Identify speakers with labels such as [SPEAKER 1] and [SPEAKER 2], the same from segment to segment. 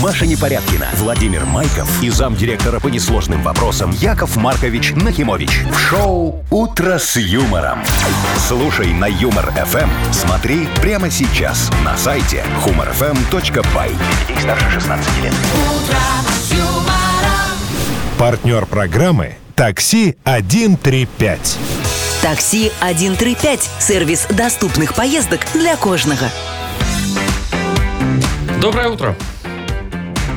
[SPEAKER 1] Маша Непорядкина, Владимир Майков и замдиректора по несложным вопросам Яков Маркович Нахимович. В шоу «Утро с юмором». Слушай на «Юмор-ФМ». Смотри прямо сейчас на сайте humorfm.by. Для детей старше 16 лет.
[SPEAKER 2] Партнер программы «Такси 135».
[SPEAKER 3] Такси 135 – сервис доступных поездок для кожного.
[SPEAKER 4] Доброе утро.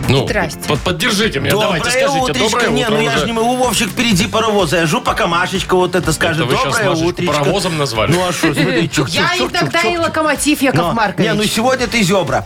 [SPEAKER 4] Ну,
[SPEAKER 5] Здрасте.
[SPEAKER 4] под- поддержите меня,
[SPEAKER 6] Ну, Доброе
[SPEAKER 4] давайте скажите.
[SPEAKER 6] утречко.
[SPEAKER 4] Доброе
[SPEAKER 6] не,
[SPEAKER 4] утро
[SPEAKER 6] ну я
[SPEAKER 4] уже.
[SPEAKER 6] же не могу, Вовчик, впереди паровоза. Я жду, пока Машечка вот это скажет.
[SPEAKER 4] вы щас
[SPEAKER 6] Доброе
[SPEAKER 4] Машечку
[SPEAKER 6] утречко.
[SPEAKER 4] паровозом назвали.
[SPEAKER 6] Ну а что, смотри, чук, чук,
[SPEAKER 5] Я и
[SPEAKER 6] чук,
[SPEAKER 5] тогда
[SPEAKER 6] чук,
[SPEAKER 5] и
[SPEAKER 6] чук.
[SPEAKER 5] локомотив,
[SPEAKER 6] Но,
[SPEAKER 5] Яков
[SPEAKER 6] Не, ну
[SPEAKER 5] Маркович.
[SPEAKER 6] сегодня ты зебра.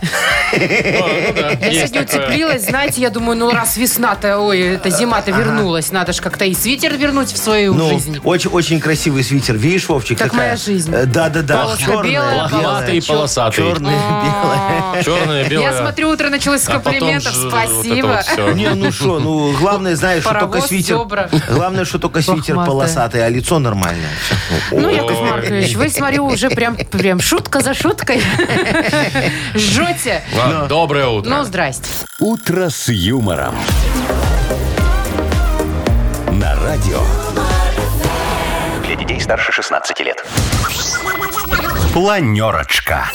[SPEAKER 5] Я
[SPEAKER 6] ну
[SPEAKER 4] Есть такое.
[SPEAKER 5] сегодня уцепилась, знаете, я думаю, ну раз весна-то, ой, это зима-то вернулась, надо же как-то и свитер вернуть в свою
[SPEAKER 6] Ну,
[SPEAKER 5] жизнь.
[SPEAKER 6] очень-очень красивый свитер. Видишь, Вовчик,
[SPEAKER 5] Как
[SPEAKER 6] такая?
[SPEAKER 5] моя жизнь.
[SPEAKER 6] Э, Да-да-да.
[SPEAKER 5] Полоска белая,
[SPEAKER 6] Черная,
[SPEAKER 4] Лохматый и
[SPEAKER 6] белая.
[SPEAKER 4] полосатый.
[SPEAKER 6] Черная,
[SPEAKER 4] Черное, белое.
[SPEAKER 5] Я смотрю, утро началось с
[SPEAKER 4] э, а потом
[SPEAKER 5] комплиментов,
[SPEAKER 4] ж- вот
[SPEAKER 5] спасибо.
[SPEAKER 4] это вот всё.
[SPEAKER 6] белая. Не, ну что, ну главное, знаешь, что только
[SPEAKER 5] Паровоз,
[SPEAKER 6] свитер.
[SPEAKER 5] зебра.
[SPEAKER 6] Главное, что только свитер
[SPEAKER 5] Лохматая.
[SPEAKER 6] полосатый, а лицо нормальное. Всё.
[SPEAKER 5] Ну,
[SPEAKER 4] Ой.
[SPEAKER 5] Яков Маркович, вы, смотрю, уже прям, прям шутка за шуткой. Жжете.
[SPEAKER 4] Ладно, Доброе утро.
[SPEAKER 5] Ну, здрасте.
[SPEAKER 1] «Утро с юмором». На радио. Для детей старше 16 лет. Планерочка.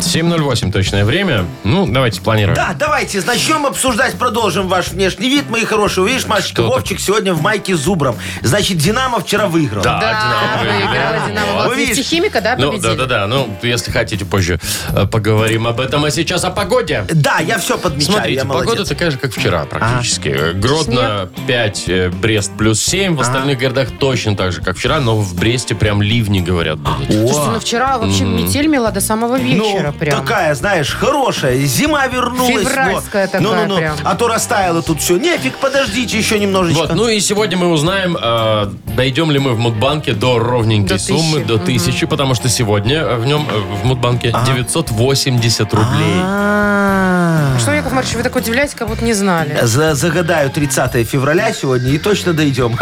[SPEAKER 4] 7.08 точное время. Ну, давайте планируем.
[SPEAKER 6] Да, давайте, начнем обсуждать, продолжим ваш внешний вид, мои хорошие. Видишь, Машечка,
[SPEAKER 4] Что
[SPEAKER 6] Вовчик сегодня в майке с зубром. Значит, Динамо вчера выиграл.
[SPEAKER 4] Да,
[SPEAKER 5] Да,
[SPEAKER 4] «Динамо» выиграли.
[SPEAKER 5] выиграла
[SPEAKER 4] Вот.
[SPEAKER 5] «Динамо». Вот
[SPEAKER 6] видишь.
[SPEAKER 5] Нефтехимика, да,
[SPEAKER 4] Ну, да, да,
[SPEAKER 5] победили?
[SPEAKER 4] да. Ну, если хотите, позже э, поговорим об этом. А сейчас о погоде.
[SPEAKER 6] Да, я все подмечаю,
[SPEAKER 4] Смотрите,
[SPEAKER 6] я молодец. А.
[SPEAKER 4] погода такая же, как вчера практически. Э, Гродно 5, э, Брест плюс 7.
[SPEAKER 6] А.
[SPEAKER 4] В остальных городах точно так же, как вчера, но в Бресте прям ливни, говорят, будут.
[SPEAKER 5] Слушайте, ну вчера вообще метель мела до самого вечера
[SPEAKER 6] ну,
[SPEAKER 5] прям.
[SPEAKER 6] такая, знаешь, хорошая. Зима вернулась.
[SPEAKER 5] Февральская
[SPEAKER 6] вот.
[SPEAKER 5] такая
[SPEAKER 6] Ну-ну-ну.
[SPEAKER 5] прям.
[SPEAKER 6] А то растаяло тут все. Нефиг, подождите еще немножечко.
[SPEAKER 4] Вот, ну и сегодня мы узнаем, э, дойдем ли мы в Мудбанке до ровненькой
[SPEAKER 5] До тысячи.
[SPEAKER 4] суммы, до тысячи, потому что сегодня э, в нем, э, в Мудбанке, 980 рублей.
[SPEAKER 6] А. А-а-а.
[SPEAKER 5] Что, Яков Маркович, вы так удивляетесь, как будто не знали.
[SPEAKER 6] За- загадаю 30 февраля сегодня и точно дойдем.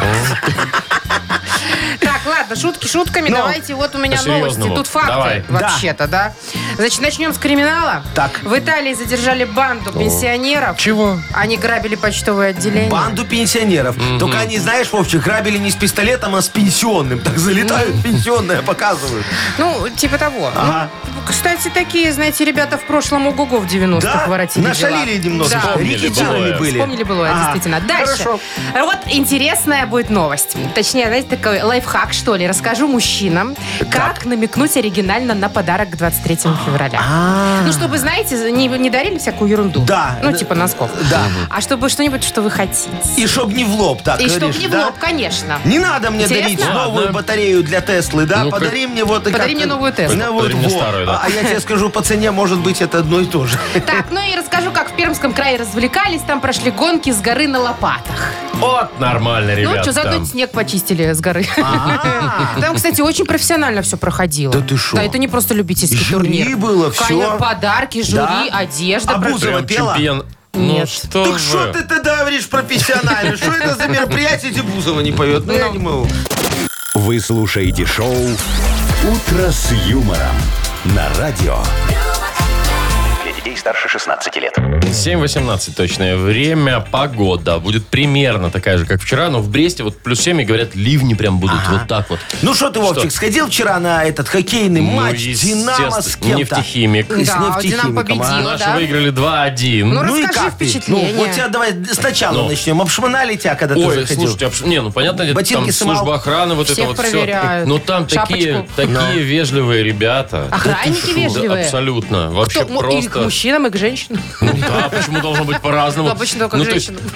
[SPEAKER 5] Так, ладно, шутки шутками.
[SPEAKER 6] Ну,
[SPEAKER 5] Давайте, вот у меня новости.
[SPEAKER 4] по-серьезному.
[SPEAKER 5] Тут факты
[SPEAKER 4] Давай.
[SPEAKER 5] вообще-то, да. Значит, начнем с криминала.
[SPEAKER 6] Так.
[SPEAKER 5] В Италии задержали банду пенсионеров.
[SPEAKER 4] Чего?
[SPEAKER 5] Они грабили почтовое отделение.
[SPEAKER 6] Банду пенсионеров. Только они, знаешь, Вовчик, грабили не с пистолетом, а с пенсионным. Так залетают пенсионное, показывают.
[SPEAKER 5] Ну, типа того.
[SPEAKER 6] Ага.
[SPEAKER 5] Ну, кстати, такие, знаете, ребята в прошлом ого-го в 90-х
[SPEAKER 6] Да?
[SPEAKER 5] воротили
[SPEAKER 6] Нашалили
[SPEAKER 5] дела.
[SPEAKER 6] немножко.
[SPEAKER 5] Да.
[SPEAKER 4] Вспомнили
[SPEAKER 6] Рикетирами
[SPEAKER 4] былое.
[SPEAKER 6] были.
[SPEAKER 5] Вспомнили было,
[SPEAKER 6] Ага.
[SPEAKER 5] действительно. Дальше.
[SPEAKER 6] Хорошо.
[SPEAKER 5] Вот интересная будет новость. Точнее, знаете, такой лайфхак, что ли. Расскажу мужчинам, как намекнуть оригинально на подарок к 23
[SPEAKER 6] А.
[SPEAKER 5] февраля. Ну, чтобы, знаете, не, не дарили всякую ерунду.
[SPEAKER 6] Да.
[SPEAKER 5] Ну, типа носков.
[SPEAKER 6] Да.
[SPEAKER 5] А чтобы что-нибудь, что вы хотите.
[SPEAKER 6] И чтоб не в лоб, так
[SPEAKER 5] И чтобы
[SPEAKER 6] говоришь,
[SPEAKER 5] не в
[SPEAKER 6] да?
[SPEAKER 5] лоб, конечно.
[SPEAKER 6] Не надо мне
[SPEAKER 5] Интересно?
[SPEAKER 6] дарить новую
[SPEAKER 4] Ладно.
[SPEAKER 6] батарею для Теслы, да?
[SPEAKER 4] Ну, как-
[SPEAKER 6] Подари мне вот... и
[SPEAKER 5] Подари
[SPEAKER 6] как-
[SPEAKER 5] мне новую Теслу.
[SPEAKER 6] Ну, вот,
[SPEAKER 4] Подари мне
[SPEAKER 6] во.
[SPEAKER 4] старую, да.
[SPEAKER 6] А я тебе скажу, по цене, может быть, это одно и то же.
[SPEAKER 5] Так, ну и расскажу, как в Пермском крае развлекались. Там прошли гонки с горы на лопатах.
[SPEAKER 4] Вот нормально,
[SPEAKER 5] ну,
[SPEAKER 4] ребят.
[SPEAKER 5] что, заодно
[SPEAKER 4] там.
[SPEAKER 5] и снег почистили с горы. Там, кстати, очень профессионально все проходило.
[SPEAKER 6] Да ты шо?
[SPEAKER 5] Да, это не просто любительский
[SPEAKER 6] Жюри
[SPEAKER 5] турнир.
[SPEAKER 6] было, всё.
[SPEAKER 5] Конечно, подарки, жюри,
[SPEAKER 6] Да?
[SPEAKER 5] одежда.
[SPEAKER 6] А
[SPEAKER 5] про-
[SPEAKER 6] Бузова
[SPEAKER 4] Прям
[SPEAKER 6] пела?
[SPEAKER 4] чемпион. Ну
[SPEAKER 5] Нет.
[SPEAKER 4] что
[SPEAKER 6] Так
[SPEAKER 4] вы.
[SPEAKER 6] что ты тогда говоришь профессионально? Что это за мероприятие, где Бузова не поет? Ну, я не могу.
[SPEAKER 1] Вы слушаете шоу «Утро с юмором» на радио. Для детей старше 16 лет.
[SPEAKER 4] 7.18 точное время. Погода будет примерно такая же, как вчера, но в Бресте вот плюс 7, и говорят, ливни прям будут вот так вот.
[SPEAKER 6] Ну что ты, Вовчик, сходил вчера на этот хоккейный
[SPEAKER 4] Ну,
[SPEAKER 6] матч Динамо с
[SPEAKER 4] естественно,
[SPEAKER 6] кем-то?
[SPEAKER 4] нефтехимик.
[SPEAKER 6] С
[SPEAKER 5] Да,
[SPEAKER 6] нефтехимиком,
[SPEAKER 5] «Динамо»
[SPEAKER 6] а?
[SPEAKER 5] победила.
[SPEAKER 4] Наши
[SPEAKER 5] да.
[SPEAKER 4] выиграли 2-1.
[SPEAKER 5] Ну,
[SPEAKER 6] Ну и
[SPEAKER 5] Расскажи
[SPEAKER 6] как ты? Ну,
[SPEAKER 5] впечатление.
[SPEAKER 6] вот тебя давай сначала
[SPEAKER 4] Ну.
[SPEAKER 6] начнем. Обшмонали тебя, когда ты
[SPEAKER 4] Ой,
[SPEAKER 6] заходил?
[SPEAKER 4] слушайте, обш- не, ну понятно, это
[SPEAKER 6] Ботинки
[SPEAKER 4] там
[SPEAKER 6] сымал?
[SPEAKER 4] служба охраны, вот
[SPEAKER 5] Всех
[SPEAKER 4] это вот все.
[SPEAKER 5] проверяют.
[SPEAKER 4] Но там такие,
[SPEAKER 5] Шапочку.
[SPEAKER 4] такие вежливые ребята.
[SPEAKER 5] Охранники
[SPEAKER 4] Да,
[SPEAKER 5] вежливые.
[SPEAKER 4] абсолютно.
[SPEAKER 5] Кто?
[SPEAKER 4] Вообще
[SPEAKER 5] Ну, И к
[SPEAKER 4] просто.
[SPEAKER 5] мужчинам, и к женщинам.
[SPEAKER 4] Ну да, почему должно быть по-разному?
[SPEAKER 5] Обычно только
[SPEAKER 4] Ну,
[SPEAKER 5] к
[SPEAKER 4] то есть,
[SPEAKER 5] женщинам.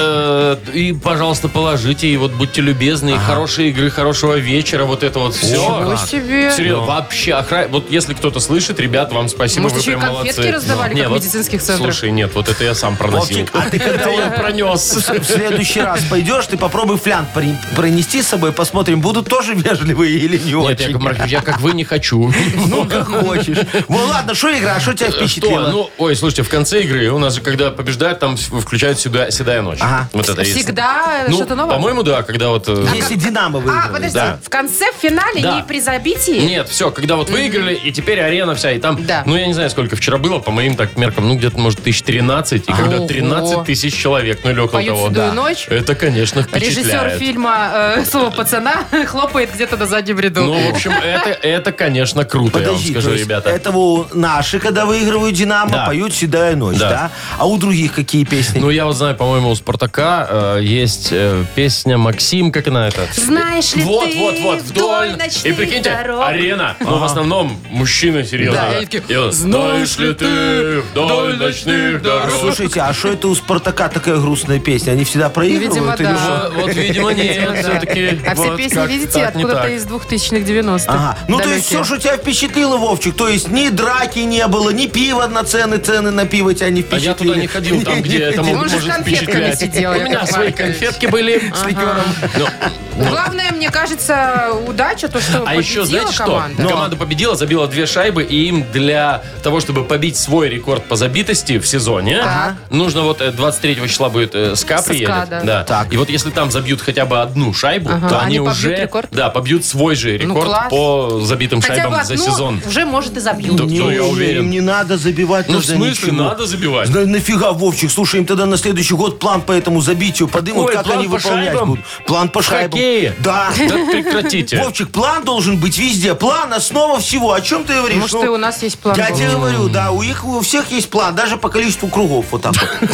[SPEAKER 4] Э, И, пожалуйста, положите, и вот будьте любезны, и хорошей игры, хорошего вечера, вот это вот
[SPEAKER 5] Ничего
[SPEAKER 4] все.
[SPEAKER 5] себе.
[SPEAKER 4] Серьезно, вообще, охра- вот если кто-то слышит, ребят, вам спасибо,
[SPEAKER 5] Может,
[SPEAKER 4] вы
[SPEAKER 5] еще и
[SPEAKER 4] прям
[SPEAKER 5] конфетки
[SPEAKER 4] молодцы.
[SPEAKER 5] раздавали,
[SPEAKER 4] Не,
[SPEAKER 5] как в
[SPEAKER 4] вот-
[SPEAKER 5] медицинских центрах?
[SPEAKER 4] Слушай, нет, вот это я сам проносил.
[SPEAKER 6] Вовчик, а ты когда
[SPEAKER 4] он пронес.
[SPEAKER 6] в следующий раз пойдешь, ты попробуй флянт пори- пронести с собой, посмотрим, будут тоже вежливые или не
[SPEAKER 4] Нет,
[SPEAKER 6] очень.
[SPEAKER 4] Яков Маркович, я как вы не хочу.
[SPEAKER 6] Ну, как хочешь. Ну, ладно, что игра, что тебя
[SPEAKER 4] Э, Что?
[SPEAKER 6] впечатлило?
[SPEAKER 4] Ну, ой, слушайте, в конце игры у нас же, когда побеждают, там в- включают сюда «Седая ночь». матч.
[SPEAKER 6] Ага.
[SPEAKER 4] Вот это есть.
[SPEAKER 5] Всегда э,
[SPEAKER 4] Ну,
[SPEAKER 5] что-то новое.
[SPEAKER 4] по-моему, да, когда вот... э,
[SPEAKER 6] Если Динамо выиграет.
[SPEAKER 5] А, подожди,
[SPEAKER 4] да.
[SPEAKER 5] в конце, в финале
[SPEAKER 4] Да.
[SPEAKER 5] не при забитии?
[SPEAKER 4] Нет, все, когда вот выиграли, и теперь арена вся, и там,
[SPEAKER 5] Да.
[SPEAKER 4] ну, я не знаю, сколько вчера было, по моим так меркам, ну, где-то, может, тысяч 13, и когда
[SPEAKER 5] Ого.
[SPEAKER 4] 13 тысяч человек, ну, или около
[SPEAKER 5] Поют
[SPEAKER 4] того.
[SPEAKER 5] «Седую ночь».
[SPEAKER 4] Это, конечно,
[SPEAKER 5] Режиссер
[SPEAKER 4] впечатляет.
[SPEAKER 5] фильма э, «Слово пацана» хлопает где-то на заднем ряду.
[SPEAKER 4] Ну, в общем, это, это, конечно, круто,
[SPEAKER 6] Подожди,
[SPEAKER 4] я вам
[SPEAKER 6] то
[SPEAKER 4] скажу,
[SPEAKER 6] есть
[SPEAKER 4] ребята.
[SPEAKER 6] это у- наши, когда выигрывают Динамо,
[SPEAKER 4] Да.
[SPEAKER 6] поют «Седая ночь»,
[SPEAKER 4] Да.
[SPEAKER 6] да. А у других какие песни?
[SPEAKER 4] Ну, я вот знаю, по-моему, у Спартака э, есть э, песня Максим, как она это?
[SPEAKER 5] Знаешь ли
[SPEAKER 4] вот,
[SPEAKER 5] ты
[SPEAKER 4] вот, вот, вдоль. И
[SPEAKER 5] ночных
[SPEAKER 4] прикиньте,
[SPEAKER 5] дорог?
[SPEAKER 4] арена. Но в основном мужчины серьезно.
[SPEAKER 5] Да, и такие, «Знаешь ли ты вдоль ночных дорог?»
[SPEAKER 6] Слушайте, а что это у Спартака такая грустная песня? Они всегда проигрывают?
[SPEAKER 5] Видимо,
[SPEAKER 6] или
[SPEAKER 5] да.
[SPEAKER 6] что?
[SPEAKER 4] Ну Вот, вот, видимо,
[SPEAKER 5] Видимо,
[SPEAKER 4] нет,
[SPEAKER 5] да.
[SPEAKER 4] все-таки.
[SPEAKER 5] А все
[SPEAKER 4] вот
[SPEAKER 5] песни,
[SPEAKER 4] как
[SPEAKER 5] видите,
[SPEAKER 4] так, не
[SPEAKER 5] откуда-то
[SPEAKER 4] так.
[SPEAKER 5] из 2000-х, 90-х.
[SPEAKER 6] Ага. Ну, то есть все,
[SPEAKER 5] Далекие.
[SPEAKER 6] что тебя впечатлило, Вовчик, то есть ни драки не было, ни пива на цены, цены на пиво тебя не
[SPEAKER 4] А
[SPEAKER 6] впечатлили.
[SPEAKER 4] я туда не ходил, там, где это
[SPEAKER 5] Он
[SPEAKER 4] может
[SPEAKER 5] же с конфетками
[SPEAKER 4] впечатлять.
[SPEAKER 5] сидел,
[SPEAKER 4] У
[SPEAKER 5] Яков
[SPEAKER 4] меня свои
[SPEAKER 5] Маркович.
[SPEAKER 4] конфетки были с ликером. Ну,
[SPEAKER 5] Главное, мне кажется, удача, то, что
[SPEAKER 4] А еще,
[SPEAKER 5] победила
[SPEAKER 4] знаете что? Ну,
[SPEAKER 5] команда.
[SPEAKER 4] Но. Команда победила, забила две шайбы, и им для того, чтобы побить свой рекорд по забитости в сезоне, нужно вот э, 23 числа будет э, СКА
[SPEAKER 5] СКА,
[SPEAKER 4] приедет.
[SPEAKER 5] да.
[SPEAKER 6] Так.
[SPEAKER 4] И вот если там забьют хотя бы одну шайбу,
[SPEAKER 5] Ага.
[SPEAKER 4] то
[SPEAKER 5] Они
[SPEAKER 4] они,
[SPEAKER 5] побьют
[SPEAKER 4] уже
[SPEAKER 5] рекорд? Ну,
[SPEAKER 4] Да, побьют свой же рекорд
[SPEAKER 5] класс.
[SPEAKER 4] по забитым
[SPEAKER 5] Хотя бы
[SPEAKER 4] шайбам за
[SPEAKER 5] одну
[SPEAKER 4] сезон.
[SPEAKER 5] уже, может, и забьют.
[SPEAKER 4] Да,
[SPEAKER 6] Не,
[SPEAKER 4] да, я
[SPEAKER 6] не,
[SPEAKER 4] уверен.
[SPEAKER 6] им не надо забивать.
[SPEAKER 4] Ну, в
[SPEAKER 6] тогда
[SPEAKER 4] смысле,
[SPEAKER 6] ничего.
[SPEAKER 4] надо забивать.
[SPEAKER 6] Да нафига, Вовчик, слушай, им тогда на следующий год план по этому забитию подымут,
[SPEAKER 4] Какой?
[SPEAKER 6] как
[SPEAKER 4] План
[SPEAKER 6] они
[SPEAKER 4] по
[SPEAKER 6] выполнять
[SPEAKER 4] шайбам?
[SPEAKER 6] будут. План по
[SPEAKER 4] В
[SPEAKER 6] шайбам.
[SPEAKER 4] хоккее?
[SPEAKER 6] Да.
[SPEAKER 4] Да прекратите.
[SPEAKER 6] Вовчик, план должен быть везде. План основа всего. О чем ты говоришь?
[SPEAKER 5] Может,
[SPEAKER 6] Ну,
[SPEAKER 5] и у нас есть план.
[SPEAKER 6] Я
[SPEAKER 5] был.
[SPEAKER 6] тебе говорю, да, у их у всех есть план, даже по количеству кругов вот так вот.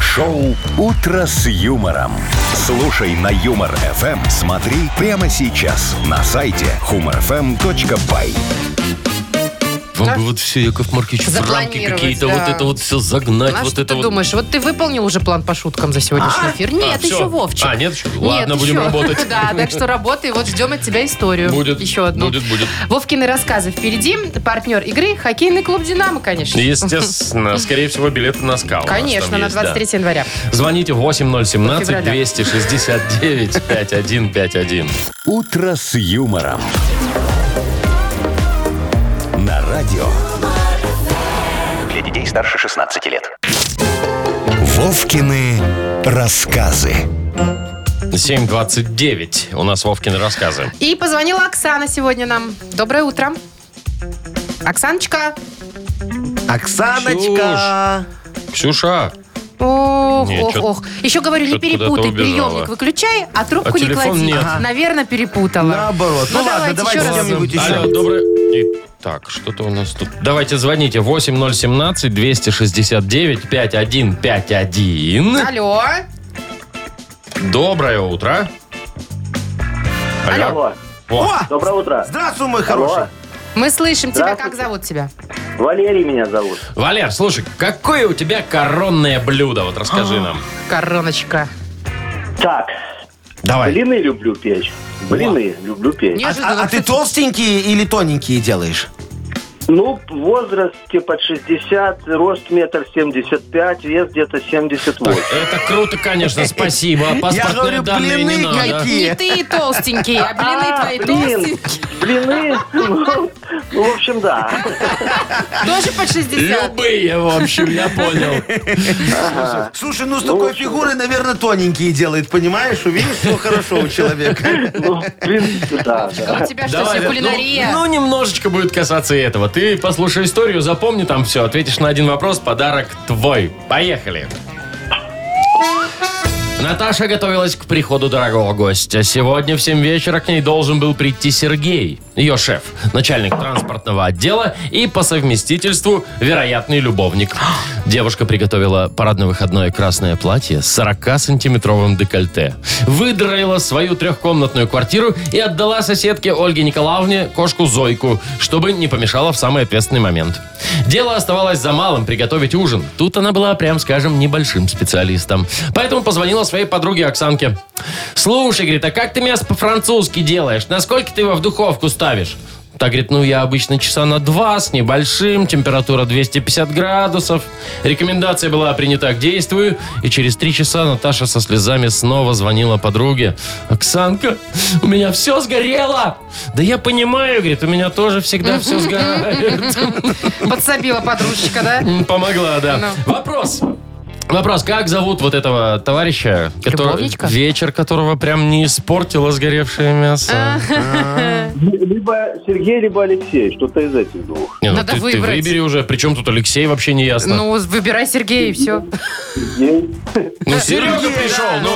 [SPEAKER 1] Шоу «Утро с юмором». Слушай на Юмор ФМ. Смотри прямо сейчас на сайте humorfm.by.
[SPEAKER 4] Вам бы вот все, Яков Маркович, в рамки
[SPEAKER 5] Запланировать,
[SPEAKER 4] какие-то,
[SPEAKER 5] да.
[SPEAKER 4] вот это вот все загнать,
[SPEAKER 5] А
[SPEAKER 4] вот
[SPEAKER 5] что
[SPEAKER 4] это
[SPEAKER 5] ты
[SPEAKER 4] вот.
[SPEAKER 5] думаешь? Вот ты выполнил уже план по шуткам за сегодняшний эфир? Нет,
[SPEAKER 4] всё.
[SPEAKER 5] еще Вовчик.
[SPEAKER 4] А, нет еще? Ладно, будем
[SPEAKER 5] еще.
[SPEAKER 4] работать.
[SPEAKER 5] Да, так что работай. Вот ждем от тебя историю.
[SPEAKER 4] Будет,
[SPEAKER 5] Еще одну.
[SPEAKER 4] будет, будет.
[SPEAKER 5] Вовкины рассказы впереди. Партнер игры – хоккейный клуб «Динамо», конечно.
[SPEAKER 4] Естественно, скорее всего, билеты на скал. у нас там
[SPEAKER 5] Конечно, на
[SPEAKER 4] есть, да.
[SPEAKER 5] 23 января.
[SPEAKER 4] Звоните 8017
[SPEAKER 5] Февраля.
[SPEAKER 4] 269 5151.
[SPEAKER 1] «Утро с юмором». На радио.
[SPEAKER 7] Для детей старше 16 лет.
[SPEAKER 1] Вовкины рассказы.
[SPEAKER 4] 729. У нас Вовкины рассказы.
[SPEAKER 5] И позвонила Оксана сегодня нам. Доброе утро. Оксаночка.
[SPEAKER 6] Оксаночка.
[SPEAKER 4] Ксюша,
[SPEAKER 5] Ох,
[SPEAKER 4] Не,
[SPEAKER 5] ох,
[SPEAKER 4] чё-то-
[SPEAKER 5] ох. Еще говорю, не
[SPEAKER 4] чё-то куда-то
[SPEAKER 5] перепутай.
[SPEAKER 4] убежала.
[SPEAKER 5] Приемник выключай, а трубку
[SPEAKER 4] А
[SPEAKER 5] не
[SPEAKER 4] телефон
[SPEAKER 5] клади.
[SPEAKER 4] нет.
[SPEAKER 5] Ага. Наверное, перепутала.
[SPEAKER 6] Наоборот. Ну,
[SPEAKER 5] давайте
[SPEAKER 6] ладно, давайте
[SPEAKER 5] еще
[SPEAKER 6] с
[SPEAKER 5] раз.
[SPEAKER 6] кем-нибудь
[SPEAKER 4] Алло,
[SPEAKER 6] еще.
[SPEAKER 4] доброе... И- Так, что-то у нас тут. Давайте звоните 8017 269 5151.
[SPEAKER 5] Алло.
[SPEAKER 4] Доброе утро. Алло. О,
[SPEAKER 6] О,
[SPEAKER 8] Доброе утро.
[SPEAKER 6] здравствуй, мой хороший.
[SPEAKER 5] Мы слышим тебя. Как
[SPEAKER 8] Здравствуйте.
[SPEAKER 5] зовут тебя?
[SPEAKER 8] Валерий меня зовут.
[SPEAKER 4] Валер, слушай, какое у тебя коронное блюдо? Вот расскажи нам.
[SPEAKER 5] Короночка.
[SPEAKER 8] Так,
[SPEAKER 4] Давай.
[SPEAKER 8] блины люблю печь. Блины люблю печь.
[SPEAKER 6] А,
[SPEAKER 5] Неожиданно.
[SPEAKER 6] а- а ты толстенькие или тоненькие делаешь?
[SPEAKER 8] Ну, возраст типа под 60, рост метр семьдесят пять, вес где-то 78.
[SPEAKER 4] Это круто, конечно, спасибо. А Паспортные
[SPEAKER 6] говорю,
[SPEAKER 4] данные не
[SPEAKER 6] блины
[SPEAKER 4] надо.
[SPEAKER 6] какие.
[SPEAKER 5] Не ты толстенький, а блины
[SPEAKER 8] А,
[SPEAKER 5] твои
[SPEAKER 8] блин.
[SPEAKER 5] толстенькие.
[SPEAKER 8] Блины, ну, ну, в общем, да.
[SPEAKER 5] Тоже под 60.
[SPEAKER 4] Любые, в общем, я понял.
[SPEAKER 6] Слушай, ну с такой фигурой, наверное, тоненькие делает, понимаешь? Увидишь, все хорошо у человека.
[SPEAKER 8] Ну, в принципе, да. да.
[SPEAKER 5] У тебя что,
[SPEAKER 4] Давай,
[SPEAKER 5] все
[SPEAKER 4] Вер,
[SPEAKER 5] кулинария?
[SPEAKER 4] Ну, ну, немножечко будет касаться и этого. Ты послушай историю, запомни там все, ответишь на один вопрос, подарок твой. Поехали. Наташа готовилась к приходу дорогого гостя. Сегодня в 7 вечера к ней должен был прийти Сергей, ее шеф, начальник транспортного отдела и по совместительству вероятный любовник. Девушка приготовила парадно-выходное красное платье с 40-сантиметровым декольте. Выдроила свою трехкомнатную квартиру и отдала соседке Ольге Николаевне кошку Зойку, чтобы не помешала в самый ответственный момент. Дело оставалось за малым приготовить ужин. Тут она была, прям скажем, небольшим специалистом. Поэтому позвонила своей подруге Оксанке. «Слушай, говорит, а как ты мясо по-французски делаешь? Насколько ты его в духовку ставишь?» Та говорит, ну я обычно часа на два с небольшим, температура 250 градусов. Рекомендация была принята к действию. И через три часа Наташа со слезами снова звонила подруге. Оксанка, у меня все сгорело. Да я понимаю, говорит, у меня тоже всегда все сгорает.
[SPEAKER 5] Подсобила подружечка, да?
[SPEAKER 4] ну. М, Помогла, да.
[SPEAKER 5] Ну.
[SPEAKER 4] Вопрос. Вопрос, как зовут вот этого товарища, который,
[SPEAKER 5] Любовничка?
[SPEAKER 4] вечер которого прям не испортило сгоревшее
[SPEAKER 5] А,
[SPEAKER 4] мясо?
[SPEAKER 8] Либо Сергей, либо Алексей, что-то из этих двух.
[SPEAKER 4] Не, ну
[SPEAKER 5] Надо
[SPEAKER 4] ты, ты
[SPEAKER 5] выбрать.
[SPEAKER 4] выбери уже, причем тут Алексей, вообще не ясно. Ну,
[SPEAKER 5] Ну, выбирай Сергея и все.
[SPEAKER 8] Сергей.
[SPEAKER 4] Серега
[SPEAKER 6] Сергей, да,
[SPEAKER 4] пришел, ну,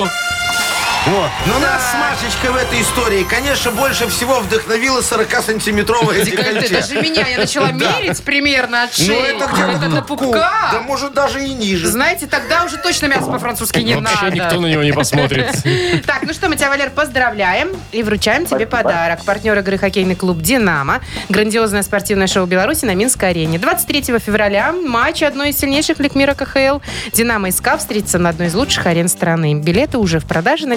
[SPEAKER 6] Вот. Но Ну, нас с Машечкой в этой истории, конечно, больше всего вдохновила 40-сантиметровая
[SPEAKER 5] Ты
[SPEAKER 6] декольте.
[SPEAKER 5] даже меня, я начала мерить примерно от шеи.
[SPEAKER 6] Ну, это где-то
[SPEAKER 5] до пупка.
[SPEAKER 6] Да, может, даже и ниже.
[SPEAKER 5] Знаете, тогда уже точно мясо по-французски не
[SPEAKER 4] вообще
[SPEAKER 5] надо.
[SPEAKER 4] никто на него не посмотрит.
[SPEAKER 5] Так, ну что, мы тебя, Валер, поздравляем и вручаем тебе подарок. Партнер игры хоккейный клуб «Динамо». Грандиозное спортивное шоу Беларуси на Минской арене. 23 февраля матч одной из сильнейших лиг мира КХЛ. «Динамо» и «СКА» встретятся на одной из лучших арен страны. Билеты уже в продаже на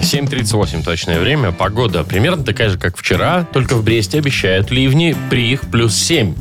[SPEAKER 4] 7.38 точное время, погода примерно такая же, как вчера, только в Бресте обещают ливни при их плюс 7.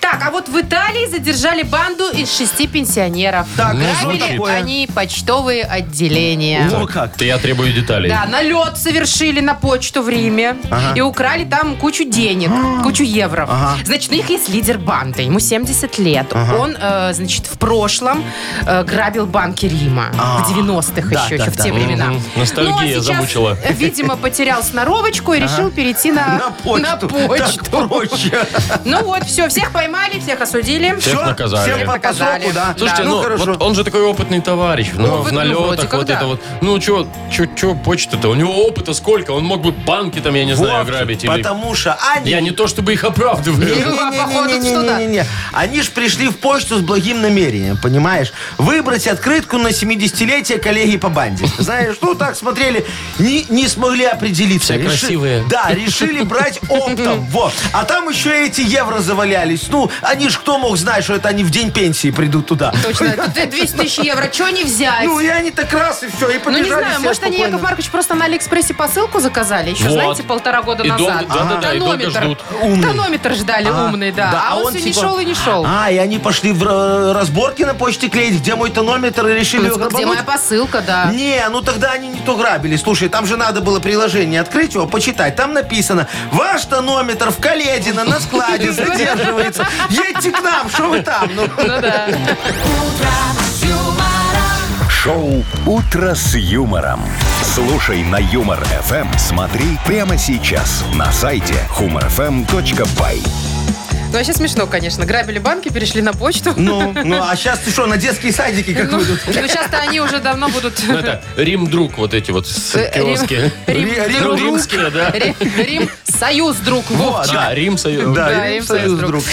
[SPEAKER 5] Так, а вот в Италии задержали банду из шести пенсионеров.
[SPEAKER 6] Так,
[SPEAKER 4] Ну,
[SPEAKER 5] Грабили
[SPEAKER 4] звучит.
[SPEAKER 5] они почтовые отделения.
[SPEAKER 6] О, как.
[SPEAKER 4] Ты я требую деталей.
[SPEAKER 5] Да, налет совершили на почту в Риме и украли там кучу денег,
[SPEAKER 6] А.
[SPEAKER 5] кучу евро. Значит, у них есть лидер банды, ему 70 лет. Он, э, значит, в прошлом э, грабил банки Рима в 90-х
[SPEAKER 6] А. Да,
[SPEAKER 5] еще,
[SPEAKER 6] да,
[SPEAKER 5] еще в
[SPEAKER 6] да.
[SPEAKER 5] те времена.
[SPEAKER 4] Мгм. Ностальгия
[SPEAKER 5] Ну, а сейчас,
[SPEAKER 4] замучила.
[SPEAKER 5] э, видимо, потерял сноровочку и решил перейти на,
[SPEAKER 6] На почту.
[SPEAKER 5] почту.
[SPEAKER 6] Так проще.
[SPEAKER 5] Ну вот, все, всех поймали, всех осудили.
[SPEAKER 4] Всех наказали.
[SPEAKER 6] Всех по- по
[SPEAKER 5] Наказали.
[SPEAKER 6] сроку, да.
[SPEAKER 4] Слушайте,
[SPEAKER 6] Да.
[SPEAKER 4] ну,
[SPEAKER 6] ну
[SPEAKER 4] вот
[SPEAKER 6] хорошо.
[SPEAKER 4] он же такой опытный товарищ. Ну,
[SPEAKER 5] Ну,
[SPEAKER 4] в
[SPEAKER 5] вы- ну,
[SPEAKER 4] налетах,
[SPEAKER 5] вроде как
[SPEAKER 4] вот
[SPEAKER 5] да.
[SPEAKER 4] это вот. Ну, чё, чё, чё почта-то? У него опыта сколько? Он мог бы банки там, я не знаю,
[SPEAKER 6] Вовчик,
[SPEAKER 4] грабить. или-
[SPEAKER 6] Потому что они...
[SPEAKER 4] Я не то чтобы их оправдываю.
[SPEAKER 5] Походу, что да.
[SPEAKER 6] Не-не-не-не-не-не-не-не. Они ж пришли в почту с благим намерением, понимаешь? Выбрать открытку на 70-летие коллеги по банде. Знаешь, ну так смотрели, не, не смогли определиться.
[SPEAKER 4] Все красивые.
[SPEAKER 6] Да, решили брать оптом. Вот. А там еще эти евро завалялись. Ну, они ж кто мог знать, что это они в день пенсии придут туда.
[SPEAKER 5] Точно, тут 200 тысяч евро, чего не взять?
[SPEAKER 6] Ну, и они так раз, и все, и
[SPEAKER 5] Ну,
[SPEAKER 6] побежали
[SPEAKER 5] не знаю,
[SPEAKER 6] все
[SPEAKER 5] может, они,
[SPEAKER 6] спокойно.
[SPEAKER 5] Яков Маркович, просто на Алиэкспрессе посылку заказали еще,
[SPEAKER 4] Вот.
[SPEAKER 5] знаете, полтора года
[SPEAKER 4] И долго-
[SPEAKER 5] назад.
[SPEAKER 4] да-да-да, и долго ждут.
[SPEAKER 6] Умный.
[SPEAKER 5] Тонометр ждали
[SPEAKER 6] А,
[SPEAKER 5] умный, да. А, он, все
[SPEAKER 6] типа,
[SPEAKER 5] не шел и не шел.
[SPEAKER 6] А, и они пошли в э, разборки на почте клеить, где мой тонометр, и решили
[SPEAKER 5] Ну,
[SPEAKER 6] его
[SPEAKER 5] типа, где
[SPEAKER 6] грабануть.
[SPEAKER 5] моя посылка, да.
[SPEAKER 6] Не, ну тогда они не то грабили. Слушай, там же надо было приложение открыть его, почитать. Там написано, ваш тонометр в Каледино на складе задерживается. Едьте к нам, что вы там? Ну,
[SPEAKER 1] Шоу «Утро с юмором». Слушай на Юмор ФМ. Смотри прямо сейчас на сайте humorfm.by.
[SPEAKER 5] Ну, вообще смешно, конечно. Грабили банки, перешли на почту.
[SPEAKER 6] ну, ну, а сейчас ты что, на детские садики как
[SPEAKER 5] Ну,
[SPEAKER 6] выйдут?
[SPEAKER 5] сейчас-то они уже давно будут...
[SPEAKER 4] Ну, Это Рим-друг вот эти вот с-
[SPEAKER 5] э, Рим-
[SPEAKER 4] киоски.
[SPEAKER 5] Рим-
[SPEAKER 6] Ри-
[SPEAKER 5] Рим-
[SPEAKER 6] Рим-
[SPEAKER 5] друг.
[SPEAKER 4] Римские, да.
[SPEAKER 5] Рим, Рим- союз, друг, вот.
[SPEAKER 6] Вот,
[SPEAKER 4] Да, Рим союз.
[SPEAKER 6] Да,
[SPEAKER 5] Да,
[SPEAKER 6] и
[SPEAKER 5] им
[SPEAKER 6] союз
[SPEAKER 5] союз
[SPEAKER 6] друг.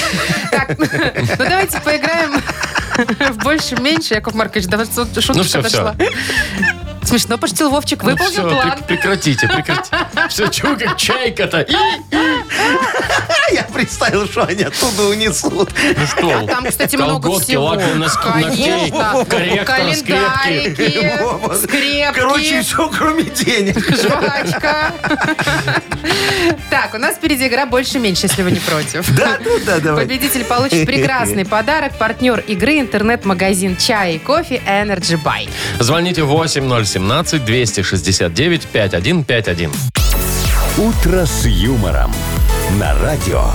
[SPEAKER 5] Так, ну давайте поиграем в больше-меньше. Яков Маркович, да, вот тут шуточка
[SPEAKER 4] Ну всё, всё.
[SPEAKER 5] дошла. Смешно пошутил Вовчик, выполнил
[SPEAKER 4] Ну, всё,
[SPEAKER 5] план.
[SPEAKER 4] пре- прекратите, прекратите. Все, чего как чайка-то? И
[SPEAKER 6] А я представил, что они оттуда унесут.
[SPEAKER 4] на стол.
[SPEAKER 5] Там, кстати, много
[SPEAKER 4] Колготки,
[SPEAKER 5] всего.
[SPEAKER 4] лаковые носки, ногтей,
[SPEAKER 5] Конечно.
[SPEAKER 4] корректор,
[SPEAKER 5] Календарики, скрепки,
[SPEAKER 6] Короче, все, кроме денег.
[SPEAKER 5] жвачка. Так, у нас впереди игра больше-меньше, если вы не против.
[SPEAKER 6] Да, ну да, давай.
[SPEAKER 5] Победитель получит прекрасный подарок. Партнер игры интернет-магазин чая и кофе Energy Buy.
[SPEAKER 4] Звоните 8017-269-5151.
[SPEAKER 1] «Утро с юмором» на радио.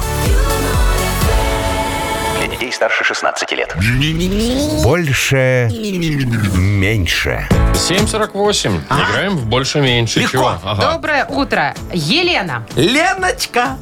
[SPEAKER 7] Для детей старше 16 лет.
[SPEAKER 2] Больше.
[SPEAKER 1] Меньше.
[SPEAKER 4] 748. Играем в больше-меньше.
[SPEAKER 6] Легко.
[SPEAKER 4] Чего? Ага.
[SPEAKER 5] Доброе утро, Елена.
[SPEAKER 6] Леночка,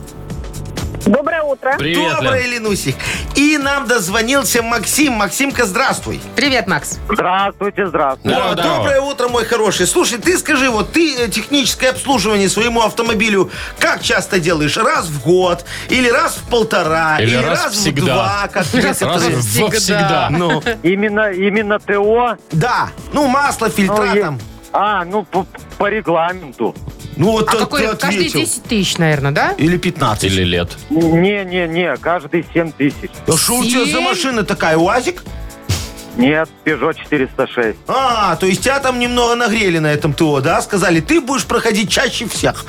[SPEAKER 9] Доброе утро.
[SPEAKER 4] Привет,
[SPEAKER 6] добрая
[SPEAKER 4] Лен.
[SPEAKER 6] Ленусик. И нам дозвонился Максим. Максимка, здравствуй.
[SPEAKER 5] Привет, Макс.
[SPEAKER 9] Здравствуйте, здравствуйте.
[SPEAKER 4] Здорово,
[SPEAKER 6] О,
[SPEAKER 4] здорово.
[SPEAKER 6] доброе утро, мой хороший. Слушай, ты скажи, вот ты э, техническое обслуживание своему автомобилю как часто делаешь? Раз в год? Или раз в полтора?
[SPEAKER 4] Или раз
[SPEAKER 6] в
[SPEAKER 4] всегда.
[SPEAKER 6] два? Как
[SPEAKER 4] Раз
[SPEAKER 6] некоторые?
[SPEAKER 4] во всегда.
[SPEAKER 5] Всегда.
[SPEAKER 6] Ну,
[SPEAKER 9] Именно, именно ТО.
[SPEAKER 6] да. Ну, масло,
[SPEAKER 9] ну,
[SPEAKER 6] фильтра
[SPEAKER 9] е-
[SPEAKER 6] там.
[SPEAKER 9] А, ну по, по регламенту.
[SPEAKER 6] Ну, вот
[SPEAKER 5] А
[SPEAKER 6] ты-
[SPEAKER 5] какой,
[SPEAKER 6] ты
[SPEAKER 5] каждый
[SPEAKER 6] ответил.
[SPEAKER 5] 10 тысяч, наверное, да?
[SPEAKER 6] Или 15.
[SPEAKER 4] Или лет.
[SPEAKER 9] Не, не, не, каждые 7 тысяч.
[SPEAKER 6] Да что у тебя за
[SPEAKER 5] Семь?
[SPEAKER 6] машина такая, УАЗик?
[SPEAKER 9] Нет, Peugeot 406.
[SPEAKER 6] А, то есть тебя там немного нагрели на этом ТО, да? Сказали, ты будешь проходить чаще всех.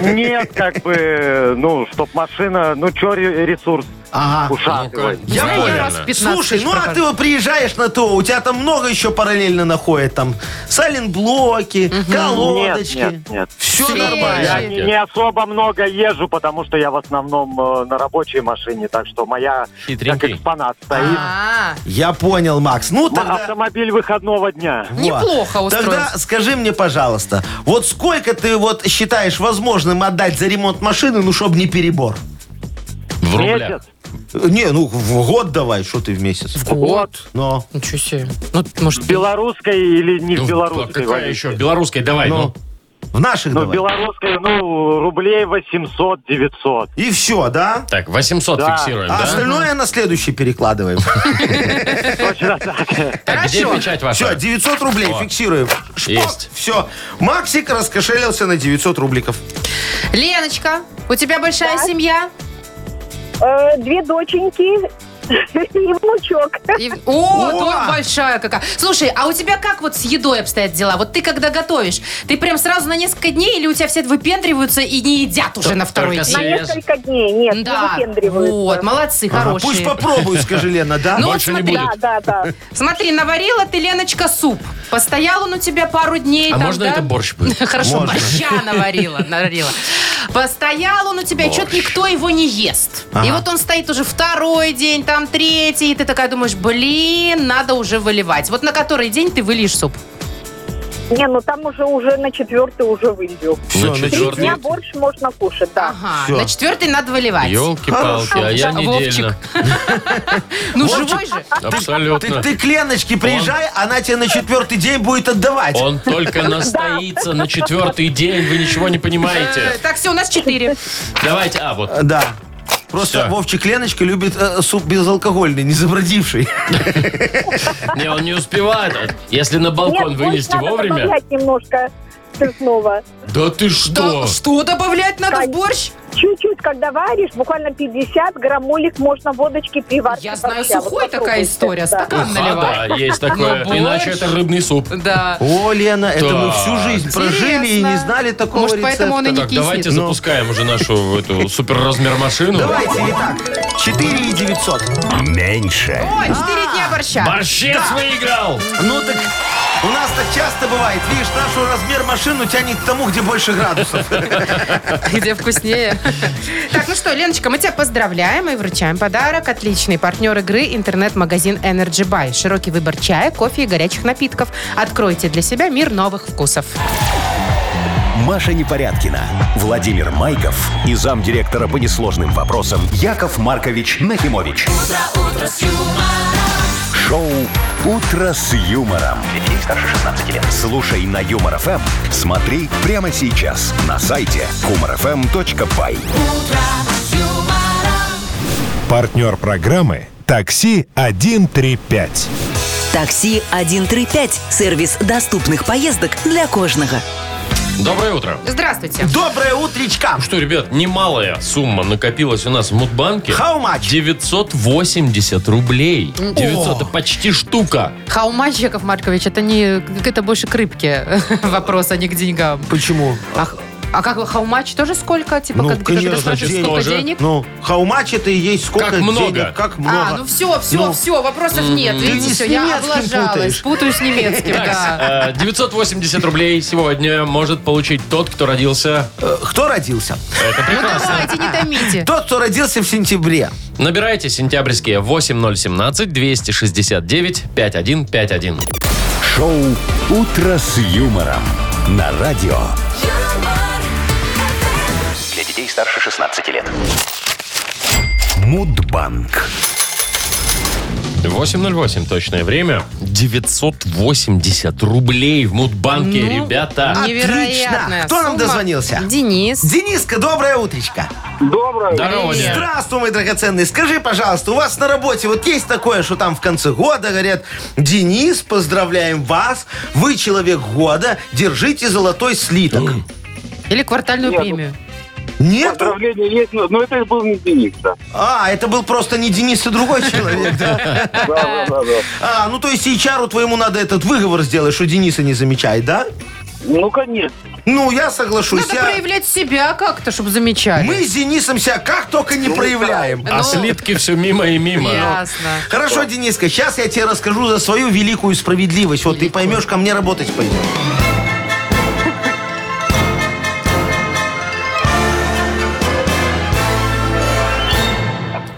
[SPEAKER 9] Нет, как бы, ну, чтоб машина, ну, чё ре- ресурс
[SPEAKER 6] Ага.
[SPEAKER 10] Ну,
[SPEAKER 9] ушатывать.
[SPEAKER 6] А, Я
[SPEAKER 5] Я
[SPEAKER 6] понял.
[SPEAKER 5] раз в 15
[SPEAKER 6] Слушай,
[SPEAKER 5] тысяч
[SPEAKER 6] ну а ты
[SPEAKER 5] прохожу.
[SPEAKER 6] вот приезжаешь на ТО, у тебя там много еще параллельно находят. Там сайлент-блоки,
[SPEAKER 9] Нет,
[SPEAKER 6] колодочки.
[SPEAKER 9] нет, нет.
[SPEAKER 6] Все
[SPEAKER 5] Свечи.
[SPEAKER 6] нормально.
[SPEAKER 5] Да.
[SPEAKER 9] Я не, не особо много езжу, потому что я в основном э, на рабочей машине, так что моя как
[SPEAKER 4] Хитренький.
[SPEAKER 9] экспонат стоит.
[SPEAKER 5] А,
[SPEAKER 6] Я понял, Макс. Ну
[SPEAKER 9] М-
[SPEAKER 10] а
[SPEAKER 6] тогда...
[SPEAKER 9] Автомобиль выходного дня.
[SPEAKER 6] Во.
[SPEAKER 5] Неплохо устроился.
[SPEAKER 6] Тогда скажи мне, пожалуйста, вот сколько ты вот считаешь возможным отдать за ремонт машины, ну, чтобы не перебор?
[SPEAKER 4] В рублях.
[SPEAKER 9] Месяц.
[SPEAKER 6] Э, Не, ну, в год давай, что ты в месяц?
[SPEAKER 5] Вот.
[SPEAKER 6] Но.
[SPEAKER 5] Ничего себе. Ну, может,
[SPEAKER 9] В белорусской или не
[SPEAKER 4] Ну,
[SPEAKER 9] в белорусской?
[SPEAKER 4] Какая
[SPEAKER 9] валюте?
[SPEAKER 4] еще? Белорусской, давай.
[SPEAKER 6] Ну,
[SPEAKER 4] Ну,
[SPEAKER 6] в наших
[SPEAKER 9] Ну, в
[SPEAKER 6] давай.
[SPEAKER 9] белорусской, ну, рублей 800-900.
[SPEAKER 6] И все, да?
[SPEAKER 4] так, 800
[SPEAKER 9] Да.
[SPEAKER 6] А
[SPEAKER 4] фиксируем, да?
[SPEAKER 6] остальное на следующий перекладываем.
[SPEAKER 9] Точно так.
[SPEAKER 4] Так, А где печать ваша?
[SPEAKER 6] Все, 900 рублей фиксируем.
[SPEAKER 4] Есть.
[SPEAKER 6] Все. Максик раскошелился на 900 рубликов.
[SPEAKER 5] Леночка, у тебя большая семья?
[SPEAKER 11] Э, Две доченьки и внучок.
[SPEAKER 5] И- О,
[SPEAKER 6] О!
[SPEAKER 5] тоже большая какая. Слушай, а у тебя как вот с едой обстоят дела? Вот ты когда готовишь, ты прям сразу на несколько дней или у тебя все выпендриваются и не едят уже на второй
[SPEAKER 4] только А
[SPEAKER 11] На
[SPEAKER 5] день?
[SPEAKER 4] съели. Серьезно?
[SPEAKER 11] несколько дней. Нет,
[SPEAKER 5] Да.
[SPEAKER 11] не выпендриваются.
[SPEAKER 5] Вот, молодцы,
[SPEAKER 6] Ага,
[SPEAKER 5] хорошие.
[SPEAKER 6] Пусть попробуй, скажи, Лена, да?
[SPEAKER 5] Ну,
[SPEAKER 4] Больше не
[SPEAKER 5] смотри,
[SPEAKER 4] будет.
[SPEAKER 11] Да, А, да, да.
[SPEAKER 5] Смотри, наварила ты, Леночка, суп. Постоял он у тебя пару дней.
[SPEAKER 4] А
[SPEAKER 5] там,
[SPEAKER 4] можно
[SPEAKER 5] да?
[SPEAKER 4] это борщ будет?
[SPEAKER 5] Хорошо,
[SPEAKER 6] Можно.
[SPEAKER 5] борща наварила, наварила. Постоял он у тебя, что-то никто его не ест. И
[SPEAKER 6] Ага.
[SPEAKER 5] вот он стоит уже второй день, там третий, и ты такая думаешь, блин, надо уже выливать. Вот на который день ты выльешь суп?
[SPEAKER 11] Не, ну там уже уже на четвертый уже вылью.
[SPEAKER 4] Ну,
[SPEAKER 6] Всё, на
[SPEAKER 4] чё,
[SPEAKER 11] Три
[SPEAKER 4] Четвёртый.
[SPEAKER 11] дня борщ можно кушать, да.
[SPEAKER 5] Ага,
[SPEAKER 6] Всё.
[SPEAKER 5] на четвертый надо выливать.
[SPEAKER 4] Елки-палки, а я недельно.
[SPEAKER 5] Ну, живой же.
[SPEAKER 6] Ты,
[SPEAKER 4] Абсолютно.
[SPEAKER 6] ты к Леночке приезжай, она тебе на четвертый день будет отдавать.
[SPEAKER 4] Он только настоится на четвертый день, вы ничего не
[SPEAKER 5] Э,
[SPEAKER 4] понимаете.
[SPEAKER 5] Так, все, у нас четыре.
[SPEAKER 4] Давайте, а, вот.
[SPEAKER 6] Э, Да. Просто
[SPEAKER 4] Всё.
[SPEAKER 6] Вовчик Леночка любит э, суп безалкогольный, не забродивший.
[SPEAKER 4] Не, он не успевает. Если на балкон
[SPEAKER 11] Нет, борщ
[SPEAKER 4] вынести
[SPEAKER 11] надо
[SPEAKER 4] вовремя...
[SPEAKER 11] добавлять немножко спиртного.
[SPEAKER 4] Да ты что?
[SPEAKER 5] Да, Что добавлять надо в
[SPEAKER 11] Конечно.
[SPEAKER 5] борщ?
[SPEAKER 11] Чуть-чуть, когда варишь, буквально 50 граммолик можно водочки, приварки.
[SPEAKER 5] Я знаю,
[SPEAKER 11] вообще. Вот
[SPEAKER 5] сухой такая
[SPEAKER 11] попробуйте,
[SPEAKER 5] история.
[SPEAKER 11] да.
[SPEAKER 5] Стакан
[SPEAKER 4] Уха,
[SPEAKER 5] наливай.
[SPEAKER 4] А, да, есть такое.
[SPEAKER 5] Ну, борщ.
[SPEAKER 4] Иначе это рыбный суп.
[SPEAKER 5] Да.
[SPEAKER 6] О, Лена, это мы
[SPEAKER 4] Так.
[SPEAKER 6] всю жизнь прожили и не
[SPEAKER 5] Интересно.
[SPEAKER 6] знали такого
[SPEAKER 5] Может, поэтому он и не
[SPEAKER 4] Так, давайте
[SPEAKER 5] киснет.
[SPEAKER 4] запускаем уже нашу эту суперразмер машину.
[SPEAKER 6] Давайте, итак, 4 и 900.
[SPEAKER 1] Меньше.
[SPEAKER 5] Ой, четыре дня борща.
[SPEAKER 4] Борщец выиграл!
[SPEAKER 6] Ну так у нас так часто бывает. Видишь, нашу размер машину тянет к тому, где больше градусов.
[SPEAKER 5] Где вкуснее. Так, ну что, Леночка, мы тебя поздравляем и вручаем подарок. Отличный партнер игры интернет-магазин Energy Buy. Широкий выбор чая, кофе и горячих напитков. Откройте для себя мир новых вкусов.
[SPEAKER 1] Маша Непорядкина, Владимир Майков и замдиректора по несложным вопросам Яков Маркович Нахимович. Шоу Утро с юмором. Детей старше 16 лет. Слушай на юмор ФМ. Смотри прямо сейчас на сайте humorfm.by.
[SPEAKER 2] Партнер программы «Такси 135».
[SPEAKER 3] Такси 135. Сервис доступных поездок для кожного.
[SPEAKER 4] Доброе утро. Ну
[SPEAKER 5] Здравствуйте.
[SPEAKER 6] Доброе утречка.
[SPEAKER 4] Что, ребят, немалая сумма накопилась у нас в Мудбанке.
[SPEAKER 6] How much?
[SPEAKER 4] 980 рублей. 900, это почти штука.
[SPEAKER 5] Хаумач, Яков Маркович, это не это больше к рыбке вопрос, а не к деньгам.
[SPEAKER 6] Почему?
[SPEAKER 5] А, а как хаумач тоже сколько? Типа,
[SPEAKER 6] Ну,
[SPEAKER 5] как,
[SPEAKER 6] конечно,
[SPEAKER 5] когда спрашивают,
[SPEAKER 6] денег
[SPEAKER 5] сколько
[SPEAKER 4] же.
[SPEAKER 5] денег?
[SPEAKER 6] Ну, хаумач это и есть сколько
[SPEAKER 4] Как много.
[SPEAKER 6] денег, как
[SPEAKER 5] А,
[SPEAKER 6] много.
[SPEAKER 5] ну все, все,
[SPEAKER 6] Ну.
[SPEAKER 5] все, вопросов нет.
[SPEAKER 6] Ты
[SPEAKER 5] Видите,
[SPEAKER 6] не
[SPEAKER 5] все,
[SPEAKER 6] с
[SPEAKER 5] я
[SPEAKER 6] немецким
[SPEAKER 5] облажалась.
[SPEAKER 6] путаешь.
[SPEAKER 5] Путаю с немецким, да.
[SPEAKER 4] Э, 980 рублей сегодня может получить тот, кто родился.
[SPEAKER 6] Э, Кто родился?
[SPEAKER 4] Это
[SPEAKER 5] Ну
[SPEAKER 4] прекрасно.
[SPEAKER 5] давайте, не томите.
[SPEAKER 6] Тот, кто родился в сентябре.
[SPEAKER 4] Набирайте сентябрьские 8017 269 5151.
[SPEAKER 1] Шоу Утро с юмором на радио.
[SPEAKER 7] Для детей старше 16 лет.
[SPEAKER 1] Мудбанк.
[SPEAKER 4] 808 точное время. 980 рублей в Мудбанке,
[SPEAKER 5] Ну,
[SPEAKER 6] а,
[SPEAKER 4] ребята.
[SPEAKER 5] Невероятная
[SPEAKER 6] Отлично. Кто нам
[SPEAKER 5] сумма.
[SPEAKER 6] дозвонился?
[SPEAKER 5] Денис.
[SPEAKER 6] Дениска, доброе утречко.
[SPEAKER 8] Доброе.
[SPEAKER 4] Здорово, Дэн.
[SPEAKER 6] Здравствуй, мой драгоценный. Скажи, пожалуйста, у вас на работе вот есть такое, что там в конце года говорят, Денис, поздравляем вас, вы человек года, держите золотой слиток.
[SPEAKER 5] Или квартальную
[SPEAKER 4] ну,
[SPEAKER 8] Нет,
[SPEAKER 5] премию.
[SPEAKER 6] Нет?
[SPEAKER 10] Поздравления есть, но, но это был не Денис, да.
[SPEAKER 6] А, это был просто не Денис, а другой человек, да?
[SPEAKER 10] Да, да, да, да.
[SPEAKER 6] А, ну то есть HR твоему надо этот выговор сделать, что Дениса не замечает, да?
[SPEAKER 10] Ну, конечно.
[SPEAKER 6] Ну, я соглашусь.
[SPEAKER 5] Надо
[SPEAKER 6] я-
[SPEAKER 5] проявлять себя как-то, чтобы замечали.
[SPEAKER 6] Мы с Денисом себя как только не проявляем.
[SPEAKER 5] Ну,
[SPEAKER 4] А слитки все мимо и мимо.
[SPEAKER 5] Ясно.
[SPEAKER 6] Хорошо, Дениска, сейчас я тебе расскажу за свою великую справедливость. Вот ты поймешь, ко мне работать пойдешь.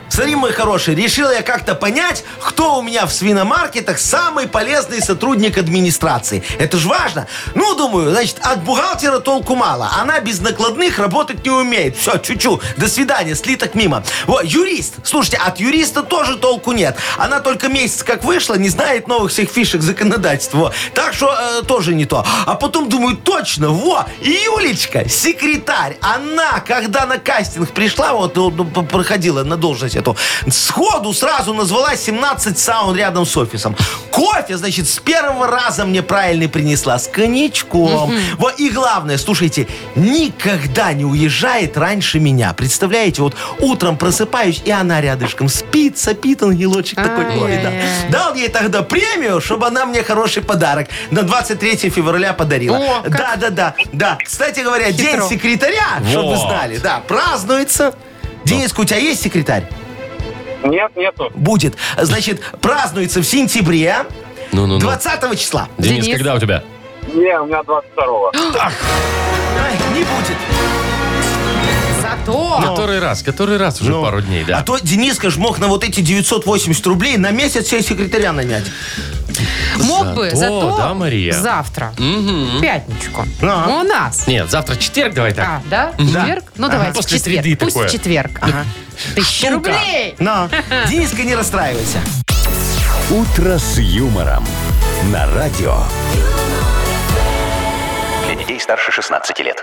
[SPEAKER 6] Смотри, мой хороший, решил я как-то понять, кто у меня в свиномаркетах самый полезный сотрудник администрации. Это ж важно. Ну, думаю, значит, от бухгалтера толку мало. Она без накладных работать не умеет. Все, чучу. До свидания, слиток мимо. Вот, юрист. Слушайте, от юриста тоже толку нет. Она только месяц как вышла, не знает новых всех фишек законодательства. Во. Так что э, тоже не то. А потом думаю, точно, во, Юлечка, секретарь, она, когда на кастинг пришла, вот ну, ну, п- проходила на должность эту, сходу сразу назвала 17 саун рядом с офисом. Кофе, значит, с первого раза мне правильный принесла, с коньячком. Во, и главное, слушайте, никогда не уезжает раньше меня. Представляете, вот утром просыпаюсь, и она рядышком спит, сопит ангелочек такой. Ой, да. Дал ей тогда премию, чтобы она мне хороший подарок на 23 февраля подарила.
[SPEAKER 5] О, как
[SPEAKER 6] Да, да, да, да. Кстати говоря, день секретаря, чтобы вы
[SPEAKER 4] Вот.
[SPEAKER 6] знали, да, празднуется. Дениска, у тебя есть секретарь?
[SPEAKER 10] Нет, нету.
[SPEAKER 6] Будет. Значит, празднуется в сентябре
[SPEAKER 4] Ну-ну-ну.
[SPEAKER 6] 20 числа.
[SPEAKER 4] Денис,
[SPEAKER 5] Денис.
[SPEAKER 4] когда у тебя?
[SPEAKER 10] Не, у меня 22-го.
[SPEAKER 6] Ай, не будет.
[SPEAKER 5] Зато
[SPEAKER 4] Который раз, который раз уже пару дней, да.
[SPEAKER 6] А то Дениска ж мог на вот эти 980 рублей на месяц себе секретаря нанять.
[SPEAKER 5] мог бы, зато
[SPEAKER 4] да, Мария?
[SPEAKER 5] завтра, в пятничку, Ну,
[SPEAKER 6] Ага.
[SPEAKER 5] у нас.
[SPEAKER 4] Нет, завтра четверг, давай так.
[SPEAKER 5] А, да? В четверг? Ну, давайте
[SPEAKER 4] После
[SPEAKER 5] в четверг.
[SPEAKER 4] среды
[SPEAKER 5] Пусть
[SPEAKER 4] такое.
[SPEAKER 5] в четверг. Ага. Тысяча рублей!
[SPEAKER 6] На. Дениска, не расстраивайся.
[SPEAKER 1] «Утро с юмором» на радио.
[SPEAKER 7] Для детей старше 16 лет.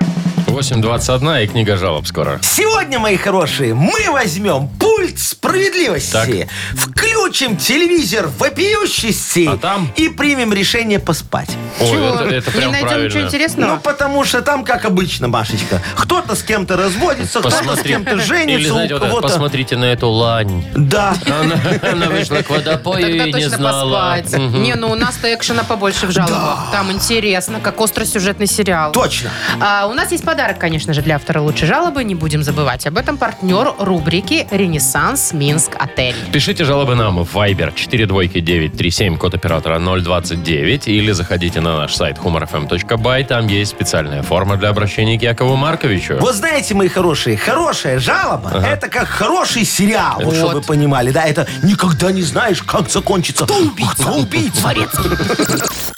[SPEAKER 4] 8.21 и книга жалоб скоро.
[SPEAKER 6] Сегодня, мои хорошие, мы возьмем пульт справедливости,
[SPEAKER 4] Так.
[SPEAKER 6] включим телевизор вопиющести
[SPEAKER 4] А там?
[SPEAKER 6] и примем решение поспать.
[SPEAKER 4] Ой,
[SPEAKER 5] Чего?
[SPEAKER 4] это, это
[SPEAKER 5] Не
[SPEAKER 4] прям
[SPEAKER 5] найдем ничего
[SPEAKER 4] правильно.
[SPEAKER 5] интересного?
[SPEAKER 6] Ну, потому что там, как обычно, Машечка, кто-то с кем-то разводится, кто-то с
[SPEAKER 4] Посмотри.
[SPEAKER 6] кем-то
[SPEAKER 4] Или,
[SPEAKER 6] женится,
[SPEAKER 4] знаете,
[SPEAKER 6] у
[SPEAKER 4] вот это,
[SPEAKER 6] кого-то...
[SPEAKER 4] посмотрите на эту лань.
[SPEAKER 6] Да.
[SPEAKER 4] Она, она вышла к водопою
[SPEAKER 5] Тогда
[SPEAKER 4] и не
[SPEAKER 5] точно
[SPEAKER 4] знала.
[SPEAKER 5] поспать. Не, ну у нас-то экшена побольше в жалобах. Там интересно, как остросюжетный сериал.
[SPEAKER 6] Точно.
[SPEAKER 5] А, у нас есть подарок, конечно же, для автора лучшей жалобы. Не будем забывать об этом. Партнер рубрики «Ренессанс Минск Отель».
[SPEAKER 4] Пишите жалобы нам в Viber 42937, код оператора 029, или заходите на наш сайт humorfm.by, там есть специальная форма для обращения к Якову Марковичу.
[SPEAKER 6] Вот знаете, мои хорошие, хорошая жалоба это как хороший сериал, вот, чтобы вы понимали. Да, это никогда не знаешь, как закончится. Кто убийца? Кто убийца?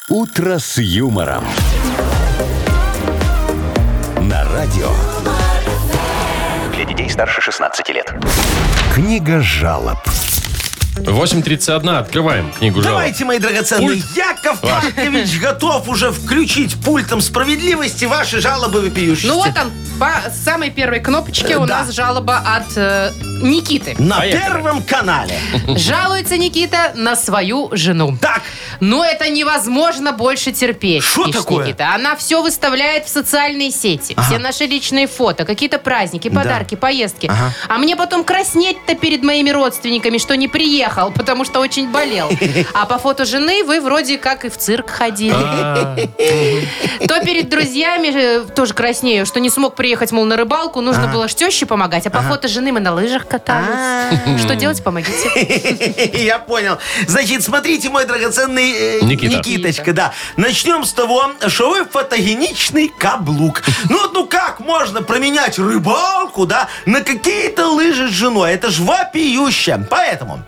[SPEAKER 1] «Утро с юмором». На радио.
[SPEAKER 7] Для детей старше 16 лет.
[SPEAKER 1] Книга жалоб.
[SPEAKER 4] 8.31, открываем книгу жалоб.
[SPEAKER 6] Давайте, мои драгоценные, Яков Маркович готов уже включить пультом справедливости ваши жалобы вопиющести.
[SPEAKER 5] Ну вот он, по самой первой кнопочке у
[SPEAKER 6] Да.
[SPEAKER 5] нас жалоба от э, Никиты.
[SPEAKER 6] На
[SPEAKER 4] Поехали.
[SPEAKER 6] Первом канале.
[SPEAKER 5] Жалуется Никита на свою жену.
[SPEAKER 6] Так,
[SPEAKER 5] Но это невозможно больше терпеть.
[SPEAKER 6] Шо
[SPEAKER 5] пишет
[SPEAKER 6] такое?
[SPEAKER 5] Никита. Она все выставляет в социальные сети. Все наши личные фото, какие-то праздники, подарки, поездки. А мне потом краснеть-то перед моими родственниками, что не приехал, потому что очень болел. А по фото жены вы вроде как и в цирк ходили.
[SPEAKER 4] А,
[SPEAKER 5] То перед друзьями э, тоже краснею, что не смог приехать, мол, на рыбалку, нужно было ж теще помогать, а по фото жены мы на лыжах
[SPEAKER 6] А.
[SPEAKER 5] катались. Что делать, помогите.
[SPEAKER 6] я понял. Значит, смотрите, мой драгоценный э,
[SPEAKER 4] Никита.
[SPEAKER 6] Никиточка, да. Начнем с того, что вы фотогеничный каблук. Ну, вот, ну как можно променять рыбалку, да, на какие-то лыжи с женой? Это ж вопиюще. Поэтому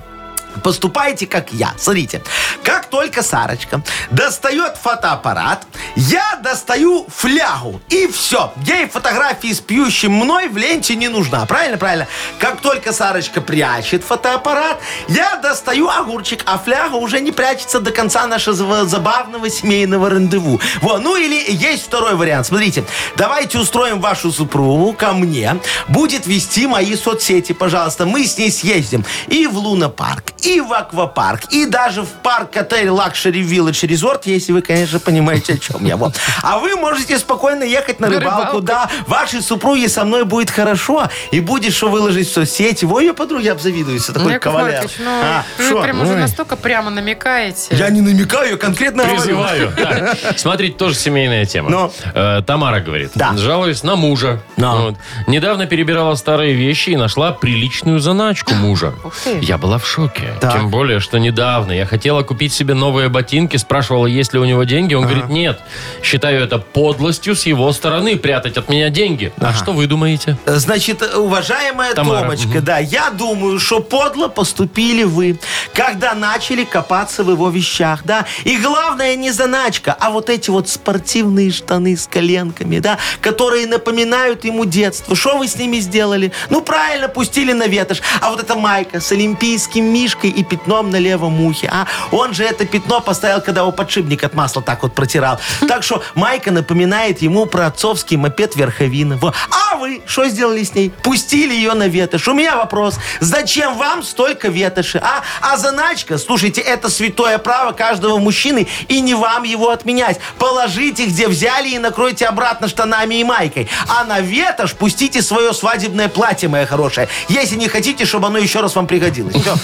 [SPEAKER 6] Поступайте, как я. Смотрите, как только Сарочка достает фотоаппарат, я достаю флягу. И все. Ей фотографии с пьющим мной в ленте не нужна. Правильно, правильно. Как только Сарочка прячет фотоаппарат, я достаю огурчик, а фляга уже не прячется до конца нашего забавного семейного рандеву. Во, ну или есть второй вариант. Смотрите, давайте устроим вашу супругу ко мне. Будет вести мои соцсети, пожалуйста. Мы с ней съездим и в лунопарк, и в аквапарк, и даже в парк отель Лакшери Village Резорт, если вы, конечно, понимаете, о чем я. Вот. А вы можете спокойно ехать на
[SPEAKER 5] На
[SPEAKER 6] рыбалку,
[SPEAKER 5] рыбалку.
[SPEAKER 6] да. Вашей супруге со мной будет хорошо, и будет что выложить в соцсети. Во, ее подруги обзавидуются,
[SPEAKER 5] Ну,
[SPEAKER 6] такой
[SPEAKER 5] Яков
[SPEAKER 6] кавалер.
[SPEAKER 5] Маркович, ну,
[SPEAKER 6] А,
[SPEAKER 5] вы
[SPEAKER 6] шо?
[SPEAKER 5] прям уже настолько прямо намекаете.
[SPEAKER 6] Я не намекаю, я конкретно говорю.
[SPEAKER 4] Призываю. Так, Смотрите, тоже семейная тема. Э, Тамара говорит. Жалуюсь на мужа. Вот. Недавно перебирала старые вещи и нашла приличную заначку мужа.
[SPEAKER 5] ты.
[SPEAKER 4] Я была в шоке. Тем более, что недавно я хотела купить себе новые ботинки, спрашивала, есть ли у него деньги. Он говорит, нет. Считаю это подлостью с его стороны прятать от меня деньги. А что вы думаете?
[SPEAKER 6] Э, Значит, уважаемая
[SPEAKER 4] Тамара,
[SPEAKER 6] Томочка, да, я думаю, что подло поступили вы, когда начали копаться в его вещах, да. И главное не заначка, а вот эти вот спортивные штаны с коленками, да, которые напоминают ему детство. Что вы с ними сделали? Ну, правильно, пустили на ветошь. А вот эта майка с олимпийским мишкой и пятном на левом ухе, а? Он же это пятно поставил, когда его подшипник от масла так вот протирал. Так что майка напоминает ему про отцовский мопед Верховина. Во. А вы что сделали с ней? Пустили ее на ветошь. У меня вопрос. Зачем вам столько ветоши, а? А заначка, слушайте, это святое право каждого мужчины, и не вам его отменять. Положите, где взяли, и накройте обратно штанами и майкой. А на ветошь пустите свое свадебное платье, моя хорошая, если не хотите, чтобы оно еще раз вам пригодилось. Всё.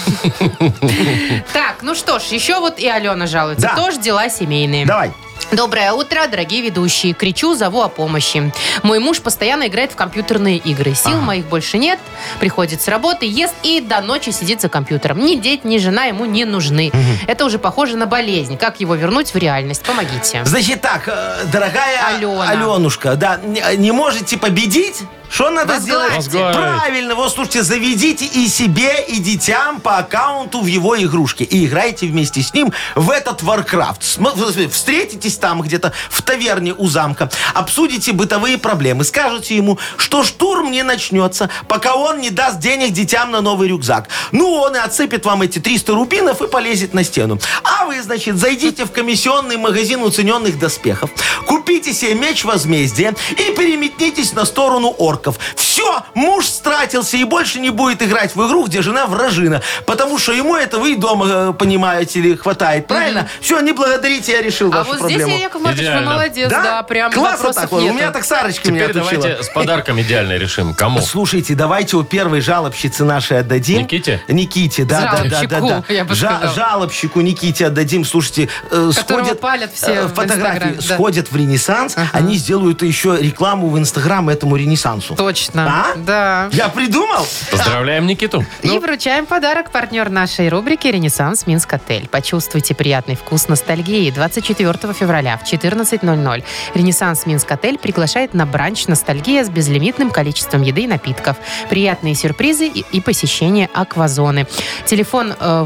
[SPEAKER 5] Так, ну что ж, еще вот и Алена жалуется.
[SPEAKER 6] Да.
[SPEAKER 5] Тоже дела семейные.
[SPEAKER 6] Давай.
[SPEAKER 5] Доброе утро, дорогие ведущие. Кричу, зову о помощи. Мой муж постоянно играет в компьютерные игры. Сил моих больше нет. Приходит с работы, ест и до ночи сидит за компьютером. Ни дети, ни жена ему не нужны. Это уже похоже на болезнь. Как его вернуть в реальность? Помогите.
[SPEAKER 6] Значит так, э, дорогая
[SPEAKER 5] Алена.
[SPEAKER 6] Аленушка, да, не э, не можете победить? Что надо
[SPEAKER 5] Возглавьте.
[SPEAKER 6] сделать?
[SPEAKER 4] Возглавить.
[SPEAKER 6] Правильно, вот слушайте, заведите и себе, и детям по аккаунту в его игрушке. И играйте вместе с ним в этот Warcraft. См- в- в- Встретитесь там где-то в таверне у замка, обсудите бытовые проблемы, скажете ему, что штурм не начнется, пока он не даст денег детям на новый рюкзак. Ну, он и отсыпет вам эти 300 рубинов и полезет на стену. А вы, значит, зайдите в комиссионный магазин уцененных доспехов, купите себе меч возмездия и переметнитесь на сторону орков. Все, муж стратился и больше не будет играть в игру, где жена вражина, потому что ему этого и дома, э, понимаете ли, хватает, правильно? Все, не благодарите, я решил
[SPEAKER 5] А
[SPEAKER 6] вашу
[SPEAKER 5] вот здесь,
[SPEAKER 6] проблему.
[SPEAKER 5] я, Яков Маркович, вы
[SPEAKER 4] Идеально.
[SPEAKER 5] молодец. Да, прям
[SPEAKER 6] Классно
[SPEAKER 5] вопросов
[SPEAKER 6] так вот. У
[SPEAKER 5] нету.
[SPEAKER 6] меня так Сарочка меня
[SPEAKER 4] Теперь
[SPEAKER 6] отучила.
[SPEAKER 4] давайте с подарком идеально решим. Кому?
[SPEAKER 6] Слушайте, давайте у первой жалобщицы нашей отдадим.
[SPEAKER 4] Никите?
[SPEAKER 6] Никите, да, да, да, да, да.
[SPEAKER 5] Жалобщику, я бы
[SPEAKER 6] Жа-
[SPEAKER 5] сказала.
[SPEAKER 6] жалобщику Никите отдадим. Слушайте, э,
[SPEAKER 5] Которого
[SPEAKER 6] сходят
[SPEAKER 5] палят все
[SPEAKER 6] э,
[SPEAKER 5] в
[SPEAKER 6] фотографии,
[SPEAKER 5] Инстаграме, да.
[SPEAKER 6] сходят в Ренессанс, они сделают еще рекламу в Инстаграм этому Ренессансу.
[SPEAKER 5] Точно.
[SPEAKER 6] А?
[SPEAKER 5] Да.
[SPEAKER 6] Я придумал.
[SPEAKER 4] Поздравляем Никиту.
[SPEAKER 5] И
[SPEAKER 6] Ну.
[SPEAKER 5] вручаем подарок партнер нашей рубрики «Ренессанс Минск Отель». Почувствуйте приятный вкус ностальгии 24 февраля в 14.00. «Ренессанс Минск Отель» приглашает на бранч «Ностальгия» с безлимитным количеством еды и напитков. Приятные сюрпризы и, и посещение аквазоны. Телефон э,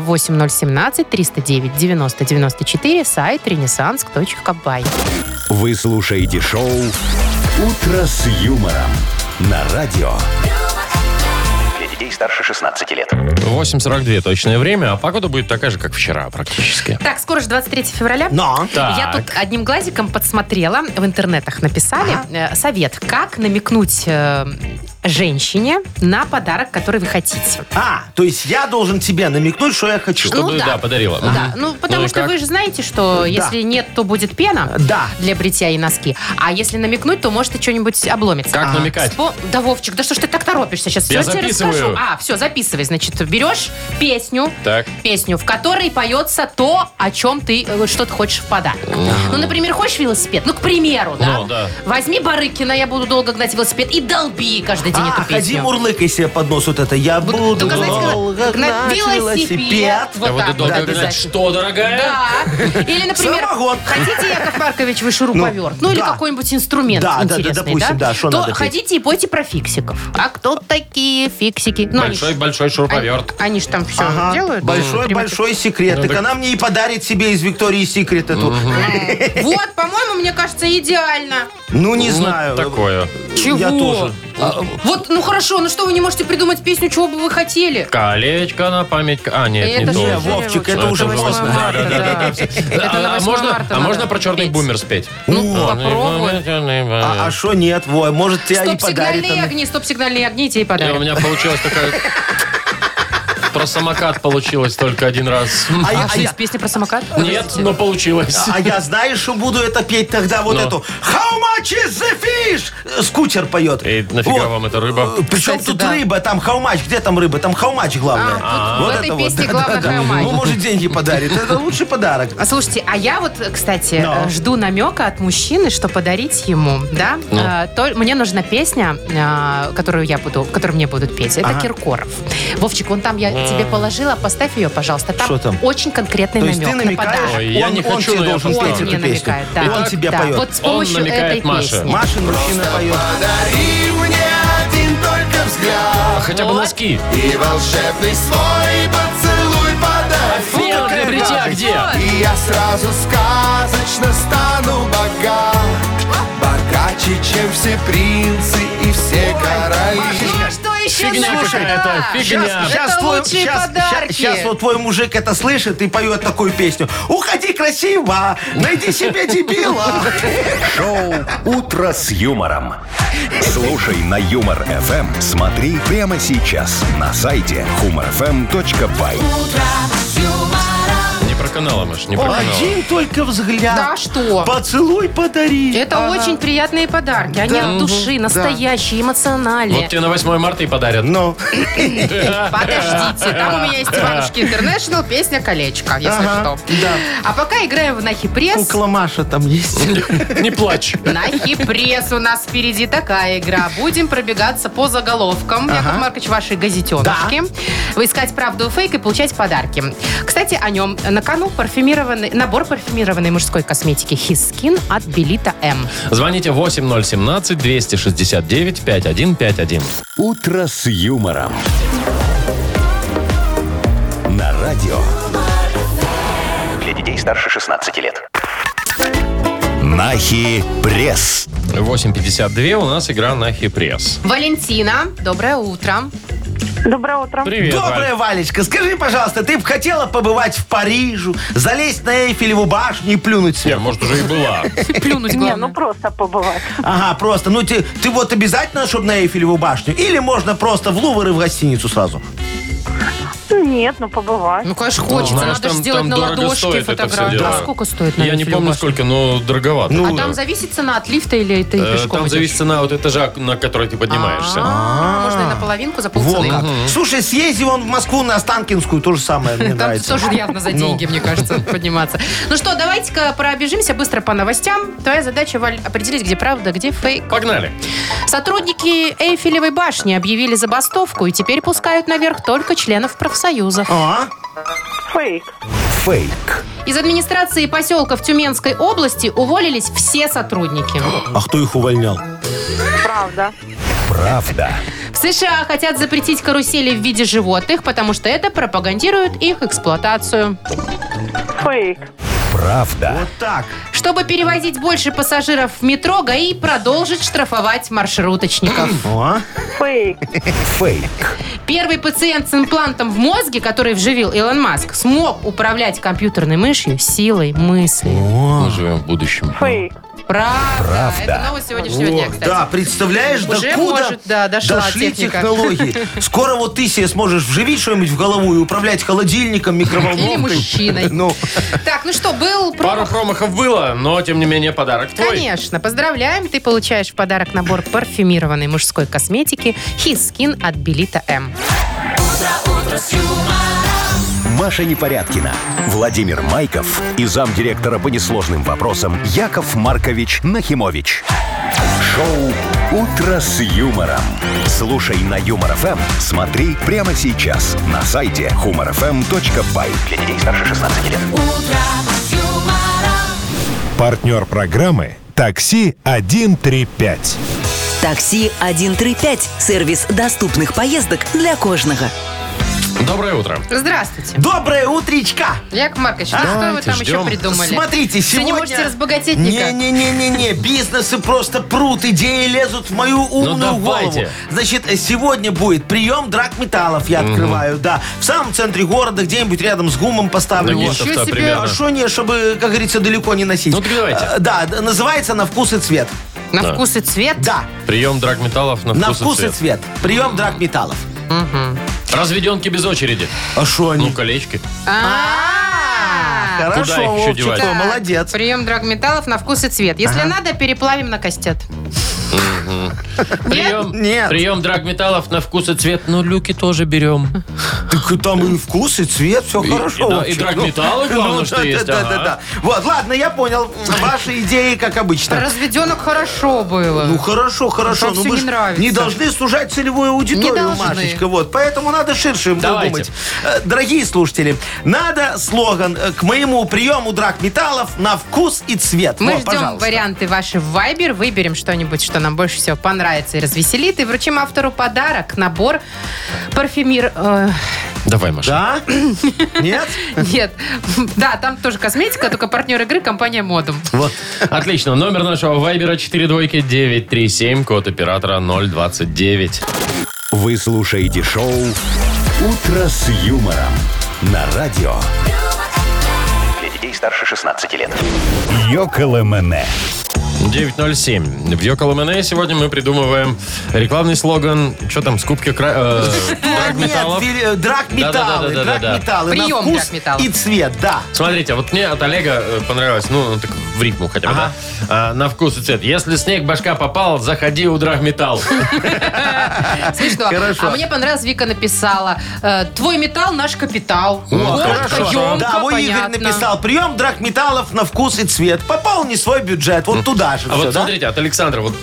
[SPEAKER 5] 8017-309-9094, сайт renaissance.by.
[SPEAKER 1] Вы слушаете шоу «Утро с юмором» на радио.
[SPEAKER 7] Для детей старше 16 лет.
[SPEAKER 4] 8.42 точное время, а погода будет такая же, как вчера практически.
[SPEAKER 5] Так, скоро же 23 февраля.
[SPEAKER 6] Но.
[SPEAKER 4] Так.
[SPEAKER 5] Я тут одним глазиком подсмотрела, в интернетах написали э, совет, как намекнуть э, женщине на подарок, который вы хотите.
[SPEAKER 6] А, то есть я должен тебе намекнуть, что я хочу.
[SPEAKER 4] Чтобы,
[SPEAKER 5] Ну
[SPEAKER 4] да.
[SPEAKER 5] да.
[SPEAKER 4] подарила.
[SPEAKER 5] Да,
[SPEAKER 4] Мгм.
[SPEAKER 5] ну потому
[SPEAKER 4] и
[SPEAKER 5] что
[SPEAKER 4] как?
[SPEAKER 5] вы же знаете, что если нет, то будет пена
[SPEAKER 6] Да.
[SPEAKER 5] для бритья и носки. А если намекнуть, то может и что-нибудь обломится. А,
[SPEAKER 4] Как намекать?
[SPEAKER 5] Спо- Да, Вовчик, да что ж ты так торопишься? Сейчас
[SPEAKER 4] Я
[SPEAKER 5] все тебе
[SPEAKER 4] записываю.
[SPEAKER 5] расскажу. А, все, записывай. Значит, берешь песню,
[SPEAKER 4] Так.
[SPEAKER 5] песню, в которой поется то, о чем ты, э, что ты хочешь в подарок. Ну, например, хочешь велосипед? Ну, к примеру, да?
[SPEAKER 4] Ну, да.
[SPEAKER 5] Возьми Барыкина, я буду долго гнать велосипед, и долби каждый день
[SPEAKER 6] А,
[SPEAKER 5] эту
[SPEAKER 6] ходи
[SPEAKER 5] песню.
[SPEAKER 6] мурлыкай себе под нос вот это. Я
[SPEAKER 5] Вот
[SPEAKER 6] буду
[SPEAKER 5] Ну, только, знаете,
[SPEAKER 6] долго
[SPEAKER 5] как на-
[SPEAKER 6] гнать велосипед.
[SPEAKER 5] Вот
[SPEAKER 4] Я буду
[SPEAKER 5] так,
[SPEAKER 4] долго
[SPEAKER 5] да,
[SPEAKER 4] говорить,
[SPEAKER 5] обязательно.
[SPEAKER 4] что, дорогая?
[SPEAKER 5] Да. Или, например,
[SPEAKER 6] Самогон.
[SPEAKER 5] хотите, Яков Маркович, вы шуруповерт? Ну,
[SPEAKER 6] Ну,
[SPEAKER 5] или
[SPEAKER 6] да.
[SPEAKER 5] какой-нибудь инструмент
[SPEAKER 6] Да, да, да,
[SPEAKER 5] интересный,
[SPEAKER 6] допустим, да, что
[SPEAKER 5] То
[SPEAKER 6] надо петь?
[SPEAKER 5] ходите и пойте про фиксиков. А кто такие фиксики? Ну, они ж-
[SPEAKER 4] Большой-большой шуруповерт.
[SPEAKER 5] Они же там все
[SPEAKER 6] Ага.
[SPEAKER 5] делают. ну,
[SPEAKER 6] Большой, большой
[SPEAKER 4] Ну,
[SPEAKER 6] секрет. так она мне и подарит себе из Виктории Секрет эту.
[SPEAKER 5] А. Вот, по-моему, мне кажется, идеально.
[SPEAKER 6] Ну, не
[SPEAKER 4] Ну,
[SPEAKER 6] знаю.
[SPEAKER 4] Такое.
[SPEAKER 5] Чего?
[SPEAKER 6] Я тоже. А,
[SPEAKER 5] Вот, ну хорошо, ну что вы не можете придумать песню, чего бы вы хотели?
[SPEAKER 4] Колечко на память. А, нет, не
[SPEAKER 5] Это
[SPEAKER 4] то.
[SPEAKER 5] же
[SPEAKER 6] Не, Э, Вовчик, это
[SPEAKER 5] вот
[SPEAKER 6] уже
[SPEAKER 5] восьмое
[SPEAKER 6] поздно.
[SPEAKER 5] марта,
[SPEAKER 4] Да, да, да, да, всё.
[SPEAKER 5] Это
[SPEAKER 4] А-
[SPEAKER 5] на
[SPEAKER 4] а
[SPEAKER 5] 8
[SPEAKER 4] можно,
[SPEAKER 5] марта
[SPEAKER 4] а можно
[SPEAKER 5] надо
[SPEAKER 4] про черный
[SPEAKER 5] петь.
[SPEAKER 4] бумер спеть?
[SPEAKER 5] Ну, попробуй.
[SPEAKER 6] А что нет, Во, может, тебя и
[SPEAKER 5] Стоп-сигнальные
[SPEAKER 6] подарит она.
[SPEAKER 5] огни, стоп-сигнальные огни тебе и
[SPEAKER 4] И у
[SPEAKER 5] подарят.
[SPEAKER 4] меня получилась такая... Про самокат получилось только один раз.
[SPEAKER 5] А, что, есть песня про самокат?
[SPEAKER 4] Нет, но получилось.
[SPEAKER 6] А я знаешь, что буду это петь тогда вот
[SPEAKER 4] Ну.
[SPEAKER 6] эту How much is the fish? Э, Скутер поет.
[SPEAKER 4] И нафига вам эта рыба?
[SPEAKER 6] Причем
[SPEAKER 5] Кстати,
[SPEAKER 6] тут
[SPEAKER 5] да.
[SPEAKER 6] рыба, там хаумач, где там рыба? Там хаумач главное.
[SPEAKER 5] А, тут в этой
[SPEAKER 6] это
[SPEAKER 5] песне
[SPEAKER 6] да,
[SPEAKER 5] главное
[SPEAKER 6] да, да.
[SPEAKER 5] how much.
[SPEAKER 6] Ну, может, деньги подарит. Это лучший подарок.
[SPEAKER 5] А слушайте, а я вот, кстати,
[SPEAKER 6] Но.
[SPEAKER 5] э, жду намека от мужчины, что подарить ему, да?
[SPEAKER 4] Ну.
[SPEAKER 5] Э, то- мне нужна песня, э, которую я буду, которую мне будут петь. Это
[SPEAKER 6] Ага.
[SPEAKER 5] Киркоров. Вовчик, вон там я тебе положила, поставь ее, пожалуйста.
[SPEAKER 6] Что там?
[SPEAKER 5] очень конкретный
[SPEAKER 6] То
[SPEAKER 5] намек
[SPEAKER 6] есть ты
[SPEAKER 5] на подарок.
[SPEAKER 6] намекаешь,
[SPEAKER 4] Ой, я
[SPEAKER 6] он,
[SPEAKER 4] не
[SPEAKER 6] он
[SPEAKER 4] хочу,
[SPEAKER 6] тебе
[SPEAKER 4] но я
[SPEAKER 6] должен
[SPEAKER 4] поставлю.
[SPEAKER 6] петь
[SPEAKER 5] Он
[SPEAKER 6] эту
[SPEAKER 5] мне
[SPEAKER 6] песню.
[SPEAKER 5] намекает, да.
[SPEAKER 6] И он тебе
[SPEAKER 5] Да,
[SPEAKER 6] поет.
[SPEAKER 5] Вот с
[SPEAKER 4] Он
[SPEAKER 5] помощью
[SPEAKER 4] намекает
[SPEAKER 5] этой
[SPEAKER 4] Маше.
[SPEAKER 5] песни.
[SPEAKER 6] Машин мужчина поет.
[SPEAKER 12] Подари мне один только взгляд
[SPEAKER 4] Хотя бы носки.
[SPEAKER 12] И волшебный свой поцелуй подай
[SPEAKER 4] Фил,
[SPEAKER 6] какая
[SPEAKER 4] приди, а
[SPEAKER 6] радость.
[SPEAKER 4] где?
[SPEAKER 12] И я сразу сказочно стану богат Богаче, чем все принцы и все короли
[SPEAKER 5] Ну, а что еще
[SPEAKER 4] Фигня
[SPEAKER 5] надо?
[SPEAKER 4] какая-то, фигня.
[SPEAKER 5] Это лучшие подарки.
[SPEAKER 6] Сейчас вот твой мужик это слышит и поет такую песню. Уходи красиво, найди себе дебила.
[SPEAKER 1] Шоу «Утро с юмором». Слушай на Юмор ФМ. Смотри прямо сейчас на сайте humorfm.by.
[SPEAKER 4] Не про каналы, Маш, не про каналы.
[SPEAKER 6] Один только взгляд.
[SPEAKER 5] Да что?
[SPEAKER 6] Поцелуй подари.
[SPEAKER 4] Э,
[SPEAKER 5] Это очень приятные подарки. Они от души, настоящие, эмоциональные.
[SPEAKER 4] Вот тебе на 8 марта и подарят.
[SPEAKER 6] Ну,
[SPEAKER 5] Подождите, там у меня есть Иванушки Интернешнл, песня «Колечко», если
[SPEAKER 6] Ага,
[SPEAKER 5] что. А пока играем в «Нахи пресс».
[SPEAKER 6] кукла Маша там есть.
[SPEAKER 4] Не плачь.
[SPEAKER 5] «Нахи пресс» у нас впереди такая игра. Будем пробегаться по заголовкам. Яков Маркович, вашей газетеночки. Вы Искать правду и фейк и получать подарки. Кстати, о нем. На кону парфюмированный, набор парфюмированной мужской косметики His Skin от Белита М.
[SPEAKER 4] Звоните 8017-269-5151.
[SPEAKER 1] «Утро с юмором». На радио.
[SPEAKER 7] Для детей старше 16 лет.
[SPEAKER 1] Нахи пресс.
[SPEAKER 4] 8.52 у нас игра на хипресс.
[SPEAKER 5] Валентина, доброе утро.
[SPEAKER 11] Доброе утро.
[SPEAKER 4] Привет,
[SPEAKER 6] Добрая
[SPEAKER 4] Валь.
[SPEAKER 6] Валечка, скажи, пожалуйста, ты бы хотела побывать в Парижу, залезть на Эйфелеву башню и плюнуть
[SPEAKER 4] Я,
[SPEAKER 6] сверху?
[SPEAKER 4] может, уже и была.
[SPEAKER 5] Плюнуть
[SPEAKER 11] Не,
[SPEAKER 5] главное.
[SPEAKER 11] ну просто побывать.
[SPEAKER 6] Ага, просто. Ну ты, ты вот обязательно, чтобы на Эйфелеву башню? Или можно просто в Лувр и в гостиницу сразу?
[SPEAKER 11] Нет, ну побывать.
[SPEAKER 5] Ну, конечно, хочется.
[SPEAKER 4] знаешь,
[SPEAKER 5] Надо же
[SPEAKER 4] там-
[SPEAKER 5] сделать
[SPEAKER 4] там
[SPEAKER 5] на
[SPEAKER 4] дорого
[SPEAKER 5] ладошке
[SPEAKER 4] стоит это
[SPEAKER 5] фотографию.
[SPEAKER 4] всё дело.
[SPEAKER 5] А сколько стоит на
[SPEAKER 4] Я не
[SPEAKER 5] Эйфелеву
[SPEAKER 4] помню,
[SPEAKER 5] башню?
[SPEAKER 4] сколько, но дороговато.
[SPEAKER 5] А там зависит цена от лифта или ты
[SPEAKER 4] Э,
[SPEAKER 5] пешком
[SPEAKER 4] Там
[SPEAKER 5] идешь?
[SPEAKER 4] зависит цена от этажа, на который ты поднимаешься.
[SPEAKER 5] А, Можно и наполовинку за
[SPEAKER 6] Во как.
[SPEAKER 5] полцены.
[SPEAKER 6] Слушай, съезди вон в Москву на Останкинскую, то же самое мне
[SPEAKER 5] Там
[SPEAKER 6] нравится.
[SPEAKER 5] тоже явно
[SPEAKER 4] Ну.
[SPEAKER 5] за деньги, мне кажется, подниматься. Ну что, давайте-ка пробежимся быстро по новостям. Твоя задача, Валь, определить, где правда, где фейк.
[SPEAKER 4] Погнали.
[SPEAKER 5] Сотрудники Эйфелевой башни объявили забастовку и теперь пускают наверх только членов профсоюзов.
[SPEAKER 6] А?
[SPEAKER 11] Фейк.
[SPEAKER 1] Фейк.
[SPEAKER 5] Из администрации поселка в Тюменской области уволились все сотрудники.
[SPEAKER 6] А кто их увольнял?
[SPEAKER 11] Правда.
[SPEAKER 1] Правда.
[SPEAKER 5] В США хотят запретить карусели в виде животных, потому что это пропагандирует их эксплуатацию.
[SPEAKER 11] Фейк.
[SPEAKER 1] Правда.
[SPEAKER 6] Вот так.
[SPEAKER 5] Чтобы перевозить больше пассажиров в метро, ГАИ продолжит штрафовать маршруточников.
[SPEAKER 6] А?
[SPEAKER 11] Фейк.
[SPEAKER 1] Фейк.
[SPEAKER 5] Первый пациент с имплантом в мозге, который вживил Илон Маск, смог управлять компьютерной мышью силой мысли.
[SPEAKER 4] Мы живем в будущем.
[SPEAKER 11] Фейк.
[SPEAKER 5] Правда. Это новость сегодняшнего дня,
[SPEAKER 6] О,
[SPEAKER 5] кстати.
[SPEAKER 6] да, представляешь,
[SPEAKER 5] Уже
[SPEAKER 6] докуда
[SPEAKER 5] может, да, дошла
[SPEAKER 6] дошли
[SPEAKER 5] техника.
[SPEAKER 6] технологии. Скоро вот ты себе сможешь вживить что-нибудь в голову и управлять холодильником,
[SPEAKER 5] Или
[SPEAKER 6] микроволновкой.
[SPEAKER 5] мужчиной.
[SPEAKER 6] Ну,
[SPEAKER 5] Так, ну что, был
[SPEAKER 4] Пару
[SPEAKER 5] промах?
[SPEAKER 4] промахов было, но, тем не менее, подарок твой.
[SPEAKER 5] Конечно, поздравляем. Ты получаешь в подарок набор парфюмированной мужской косметики His Skin от Белита М.
[SPEAKER 1] Маша Непорядкина, Владимир Майков и замдиректора по несложным вопросам Яков Маркович Нахимович. Шоу «Утро с юмором». Слушай на Юмор ФМ, смотри прямо сейчас на сайте humorfm.by.
[SPEAKER 7] Для детей старше 16 лет.
[SPEAKER 2] Партнер программы «Такси 135».
[SPEAKER 3] Такси 135 – сервис доступных поездок для кожного.
[SPEAKER 4] Доброе утро.
[SPEAKER 5] Здравствуйте.
[SPEAKER 6] Доброе утречка!
[SPEAKER 5] Яков Маркович, ну что вы
[SPEAKER 4] Давайте
[SPEAKER 5] там еще
[SPEAKER 4] ждем.
[SPEAKER 5] придумали?
[SPEAKER 6] Смотрите,
[SPEAKER 5] Что,
[SPEAKER 6] сегодня...
[SPEAKER 5] не можете разбогатеть никак?
[SPEAKER 6] Не-не-не-не-не, бизнесы просто прут, идеи лезут в мою умную
[SPEAKER 4] Ну, давайте.
[SPEAKER 6] голову. Значит, э, сегодня будет прием драгметаллов, я открываю, да. В самом центре города, где-нибудь рядом с ГУМом поставлю.
[SPEAKER 4] Ну,
[SPEAKER 6] его.
[SPEAKER 4] ничего
[SPEAKER 5] себе.
[SPEAKER 4] примерно.
[SPEAKER 6] А что не, чтобы, как говорится, далеко не носить.
[SPEAKER 4] Ну, так давайте.
[SPEAKER 6] Э, Да, д- называется «На вкус и цвет».
[SPEAKER 5] На вкус и цвет?
[SPEAKER 6] Да,
[SPEAKER 4] Прием драгметаллов на
[SPEAKER 6] на
[SPEAKER 4] вкус и
[SPEAKER 6] вкус и
[SPEAKER 4] цвет.
[SPEAKER 6] цвет. Прием драгметаллов.
[SPEAKER 4] Разведенки без очереди.
[SPEAKER 6] А что они?
[SPEAKER 4] Ну, колечки.
[SPEAKER 5] А,
[SPEAKER 4] Куда их еще девать?
[SPEAKER 5] Так, Прием драгметаллов на вкус и цвет. Если надо, переплавим на кастет.
[SPEAKER 4] Прием, прием драгметаллов на вкус и цвет. Ну, люки тоже берем.
[SPEAKER 6] Так там и вкус, и цвет, все
[SPEAKER 4] И-
[SPEAKER 6] хорошо.
[SPEAKER 4] и да,
[SPEAKER 6] Вовчик.
[SPEAKER 4] и драгметаллы,
[SPEAKER 6] Ну,
[SPEAKER 4] главное,
[SPEAKER 6] ну,
[SPEAKER 4] что
[SPEAKER 6] да,
[SPEAKER 4] есть,
[SPEAKER 6] Да,
[SPEAKER 4] ага.
[SPEAKER 6] да, да. Вот, ладно, я понял. Ваши идеи, как обычно.
[SPEAKER 5] Разведенок хорошо было.
[SPEAKER 6] Ну хорошо, хорошо.
[SPEAKER 5] Там
[SPEAKER 6] Ну,
[SPEAKER 5] всё
[SPEAKER 6] мы
[SPEAKER 5] не
[SPEAKER 6] ж
[SPEAKER 5] нравится.
[SPEAKER 6] не должны сужать целевую аудиторию,
[SPEAKER 5] Не должны.
[SPEAKER 6] Машечка. Вот, поэтому надо ширше
[SPEAKER 4] Давайте.
[SPEAKER 6] думать. Э, Дорогие слушатели, надо слоган э, к моему приему драгметаллов на вкус и цвет.
[SPEAKER 5] Мы
[SPEAKER 6] Во,
[SPEAKER 5] ждем
[SPEAKER 6] пожалуйста.
[SPEAKER 5] варианты ваши в Viber, выберем что-нибудь, что нам больше всего понравится и развеселит, и вручим автору подарок, набор парфюмир... э,
[SPEAKER 4] Давай, Маша.
[SPEAKER 6] Да? Нет?
[SPEAKER 5] нет, да, там тоже косметика, только партнер игры компания Модум.
[SPEAKER 6] Вот.
[SPEAKER 4] Отлично. Номер нашего вайбера 42937, код оператора 029.
[SPEAKER 1] Вы слушаете шоу «Утро с юмором» на радио
[SPEAKER 7] Для детей старше 16 лет.
[SPEAKER 1] «Йоколэмэне».
[SPEAKER 4] 907. В Йоколомене сегодня мы придумываем рекламный слоган. Что там, скупки кра... э,
[SPEAKER 6] Нет,
[SPEAKER 4] драгметаллов?
[SPEAKER 6] вели- э, драгметаллы,
[SPEAKER 4] Да-да-да-да-да-да.
[SPEAKER 6] драгметаллы на
[SPEAKER 5] Прием
[SPEAKER 6] вкус
[SPEAKER 5] драгметаллов.
[SPEAKER 6] и цвет, да.
[SPEAKER 4] Смотрите, вот мне от Олега э, понравилось, ну, так в ритму хотя бы,
[SPEAKER 6] Ага.
[SPEAKER 4] да? А, на вкус и цвет. Если снег башка попал, заходи, у драгметалл.
[SPEAKER 5] Смешно.
[SPEAKER 6] Хорошо.
[SPEAKER 5] А мне понравилось, Вика написала, э, твой металл наш капитал.
[SPEAKER 6] Вот,
[SPEAKER 5] Коротко, емко,
[SPEAKER 6] Да, вот Игорь
[SPEAKER 5] понятно.
[SPEAKER 6] написал. Прием драгметаллов на вкус и цвет. Пополни свой бюджет. Вот туда же
[SPEAKER 4] А
[SPEAKER 6] все,
[SPEAKER 4] вот
[SPEAKER 6] да?
[SPEAKER 4] смотрите, от Александра, вот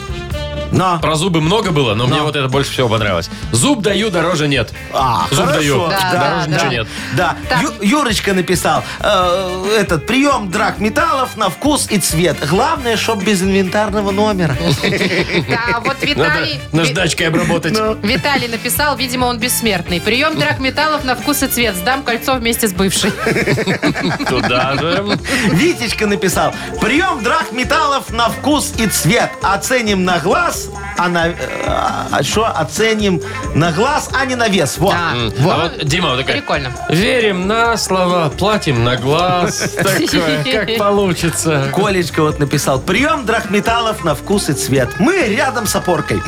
[SPEAKER 6] На.
[SPEAKER 4] про зубы много было, но мне вот это больше всего понравилось. Зуб даю, дороже нет.
[SPEAKER 6] А,
[SPEAKER 4] Зуб
[SPEAKER 6] хорошо.
[SPEAKER 4] даю,
[SPEAKER 5] Да,
[SPEAKER 4] дороже
[SPEAKER 5] да,
[SPEAKER 4] ничего
[SPEAKER 5] да.
[SPEAKER 4] нет.
[SPEAKER 6] Да,
[SPEAKER 5] Так.
[SPEAKER 6] Ю- Юрочка написал, э, этот прием драгметаллов на вкус и цвет. Главное, чтоб без инвентарного номера.
[SPEAKER 5] Да, вот
[SPEAKER 4] Надо
[SPEAKER 5] Виталий...
[SPEAKER 4] наждачкой обработать.
[SPEAKER 6] Ну.
[SPEAKER 5] Виталий написал, видимо, он бессмертный. Прием драгметаллов на вкус и цвет. Сдам кольцо вместе с бывшей.
[SPEAKER 4] Туда же.
[SPEAKER 6] Витечка написал, прием драгметаллов на вкус и цвет. Оценим на глаз, а на... э, а что? Оценим на глаз, а не на вес. Вот.
[SPEAKER 5] Да.
[SPEAKER 4] А вот Дима вот такая.
[SPEAKER 5] Прикольно.
[SPEAKER 4] Верим на слово, платим на глаз. Такое, как получится.
[SPEAKER 6] Колечка вот написал, прием драгметаллов на вкус и цвет. Мы рядом с опоркой.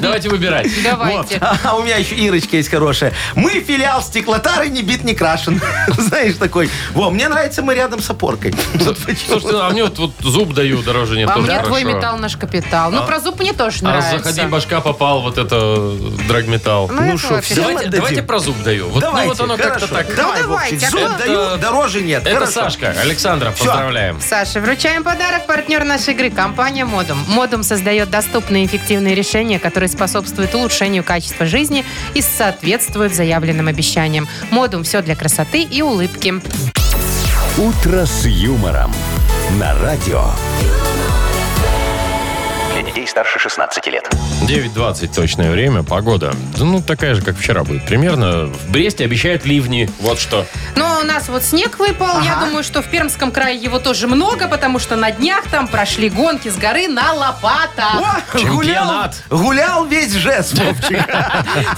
[SPEAKER 4] Давайте выбирать.
[SPEAKER 5] Давайте.
[SPEAKER 6] А у меня еще Ирочка есть хорошая. Мы филиал стеклотары, не бит, не крашен. Знаешь, такой. Во, мне нравится, мы рядом с опоркой. Вот почему.
[SPEAKER 4] Слушайте, ну, а мне вот, вот зуб даю, дороже нет.
[SPEAKER 5] А
[SPEAKER 4] тоже
[SPEAKER 5] мне твой
[SPEAKER 4] хорошо.
[SPEAKER 5] металл наш капитал. Ну, про зуб мне тоже
[SPEAKER 4] А
[SPEAKER 5] нравится.
[SPEAKER 4] заходи, башка попал, вот это э, драгметалл.
[SPEAKER 5] Ну, это
[SPEAKER 6] шо,
[SPEAKER 5] вообще.
[SPEAKER 6] всем
[SPEAKER 4] Давайте,
[SPEAKER 6] отдадим?
[SPEAKER 4] давайте про зуб даю. Вот, ну,
[SPEAKER 6] Давайте,
[SPEAKER 4] вот оно
[SPEAKER 6] хорошо.
[SPEAKER 4] как-то так.
[SPEAKER 6] Давай,
[SPEAKER 5] Ну, давайте,
[SPEAKER 6] Вовчик,
[SPEAKER 5] а
[SPEAKER 6] зуб
[SPEAKER 5] кто-
[SPEAKER 6] даю, дороже нет.
[SPEAKER 4] Это
[SPEAKER 6] Хорошо.
[SPEAKER 4] Сашка. Александра,
[SPEAKER 6] Всё.
[SPEAKER 4] поздравляем.
[SPEAKER 5] Саша, вручаем подарок партнер нашей игры – компания «Модум». «Модум» создает доступные и эффективные решения, которые способствуют улучшению качества жизни и соответствуют заявленным обещаниям. «Модум» – все для красоты и улыбки.
[SPEAKER 1] «Утро с юмором» на радио.
[SPEAKER 7] Для детей старше 16 лет.
[SPEAKER 4] 9.20 точное время, погода. Да, Ну, такая же, как вчера будет. Примерно в Бресте обещают ливни. Вот что.
[SPEAKER 5] Но у нас вот снег выпал. Я
[SPEAKER 6] Ага.
[SPEAKER 5] думаю, что в Пермском крае его тоже много, потому что на днях там прошли гонки с горы на лопатах.
[SPEAKER 6] О, гулял,
[SPEAKER 4] Чемпионат.
[SPEAKER 6] гулял весь жест, Вовчик.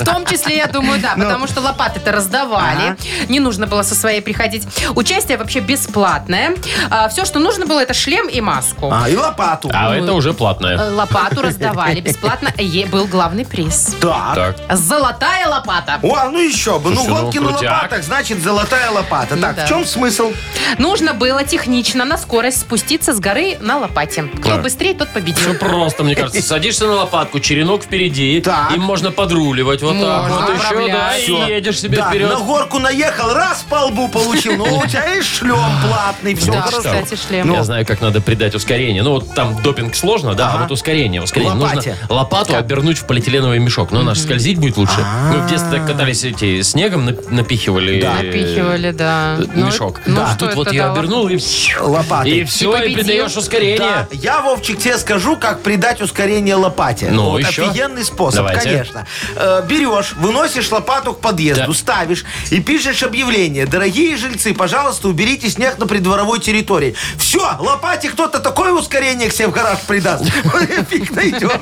[SPEAKER 5] В том числе, я думаю, да, потому что лопаты-то раздавали.
[SPEAKER 6] Ну. Ага.
[SPEAKER 5] Не нужно было со своей приходить. Участие вообще бесплатное. А, Все, что нужно было, это шлем и маску.
[SPEAKER 6] А, и лопату.
[SPEAKER 4] А это уже платное.
[SPEAKER 5] Э, Лопату раздавали бесплатно. Ей был главный приз.
[SPEAKER 6] Так.
[SPEAKER 4] Так.
[SPEAKER 5] Золотая лопата.
[SPEAKER 6] О, ну еще бы. Ну,
[SPEAKER 4] Слушай, ну,
[SPEAKER 6] гонки на
[SPEAKER 4] крутяк.
[SPEAKER 6] лопатах, значит, золотая лопата.
[SPEAKER 5] Ну
[SPEAKER 6] Так,
[SPEAKER 5] да.
[SPEAKER 6] в чем смысл?
[SPEAKER 5] Нужно было технично на скорость спуститься с горы на лопате. Кто
[SPEAKER 4] Так.
[SPEAKER 5] быстрее, тот
[SPEAKER 4] Все
[SPEAKER 5] победил.
[SPEAKER 4] просто, мне кажется. Садишься на лопатку, черенок впереди.
[SPEAKER 6] Так.
[SPEAKER 4] Им можно подруливать вот так.
[SPEAKER 5] Можно
[SPEAKER 4] Вот еще, да,
[SPEAKER 5] управлять.
[SPEAKER 4] и едешь себе
[SPEAKER 6] Да,
[SPEAKER 4] вперед.
[SPEAKER 6] на горку наехал, раз по лбу получил. Ну, у тебя и шлем платный, Ну, все
[SPEAKER 5] Да,
[SPEAKER 6] хорошо.
[SPEAKER 5] кстати, шлем.
[SPEAKER 4] Я знаю, как надо придать ускорение. Ну, вот там допинг сложно, да, а
[SPEAKER 6] Ага.
[SPEAKER 4] вот ускорение. ускорение. Нужно
[SPEAKER 6] Лопате.
[SPEAKER 4] лопату обернуть в полиэтиленовый мешок. Но она же скользить будет лучше. Мы в детстве так катались эти снегом, нап- напихивали. э,
[SPEAKER 5] Напихивали, да.
[SPEAKER 4] э,
[SPEAKER 5] Ну,
[SPEAKER 4] Мешок.
[SPEAKER 5] ну
[SPEAKER 4] А
[SPEAKER 5] что
[SPEAKER 4] Тут
[SPEAKER 5] это
[SPEAKER 4] вот я
[SPEAKER 5] дало?
[SPEAKER 4] обернул и...
[SPEAKER 6] Лопатой.
[SPEAKER 4] И все, и
[SPEAKER 5] победил.
[SPEAKER 4] придаешь ускорение.
[SPEAKER 6] Да, я, Вовчик, тебе скажу, как придать ускорение лопате.
[SPEAKER 4] Ну,
[SPEAKER 6] вот
[SPEAKER 4] еще?
[SPEAKER 6] офигенный способ,
[SPEAKER 4] Давайте.
[SPEAKER 6] конечно. Э, берешь, выносишь лопату к подъезду,
[SPEAKER 4] Да.
[SPEAKER 6] ставишь и пишешь объявление. Дорогие жильцы, пожалуйста, уберите снег на придворовой территории. Все, лопате кто-то такое ускорение к себе в гараж придаст. Фиг найдешь.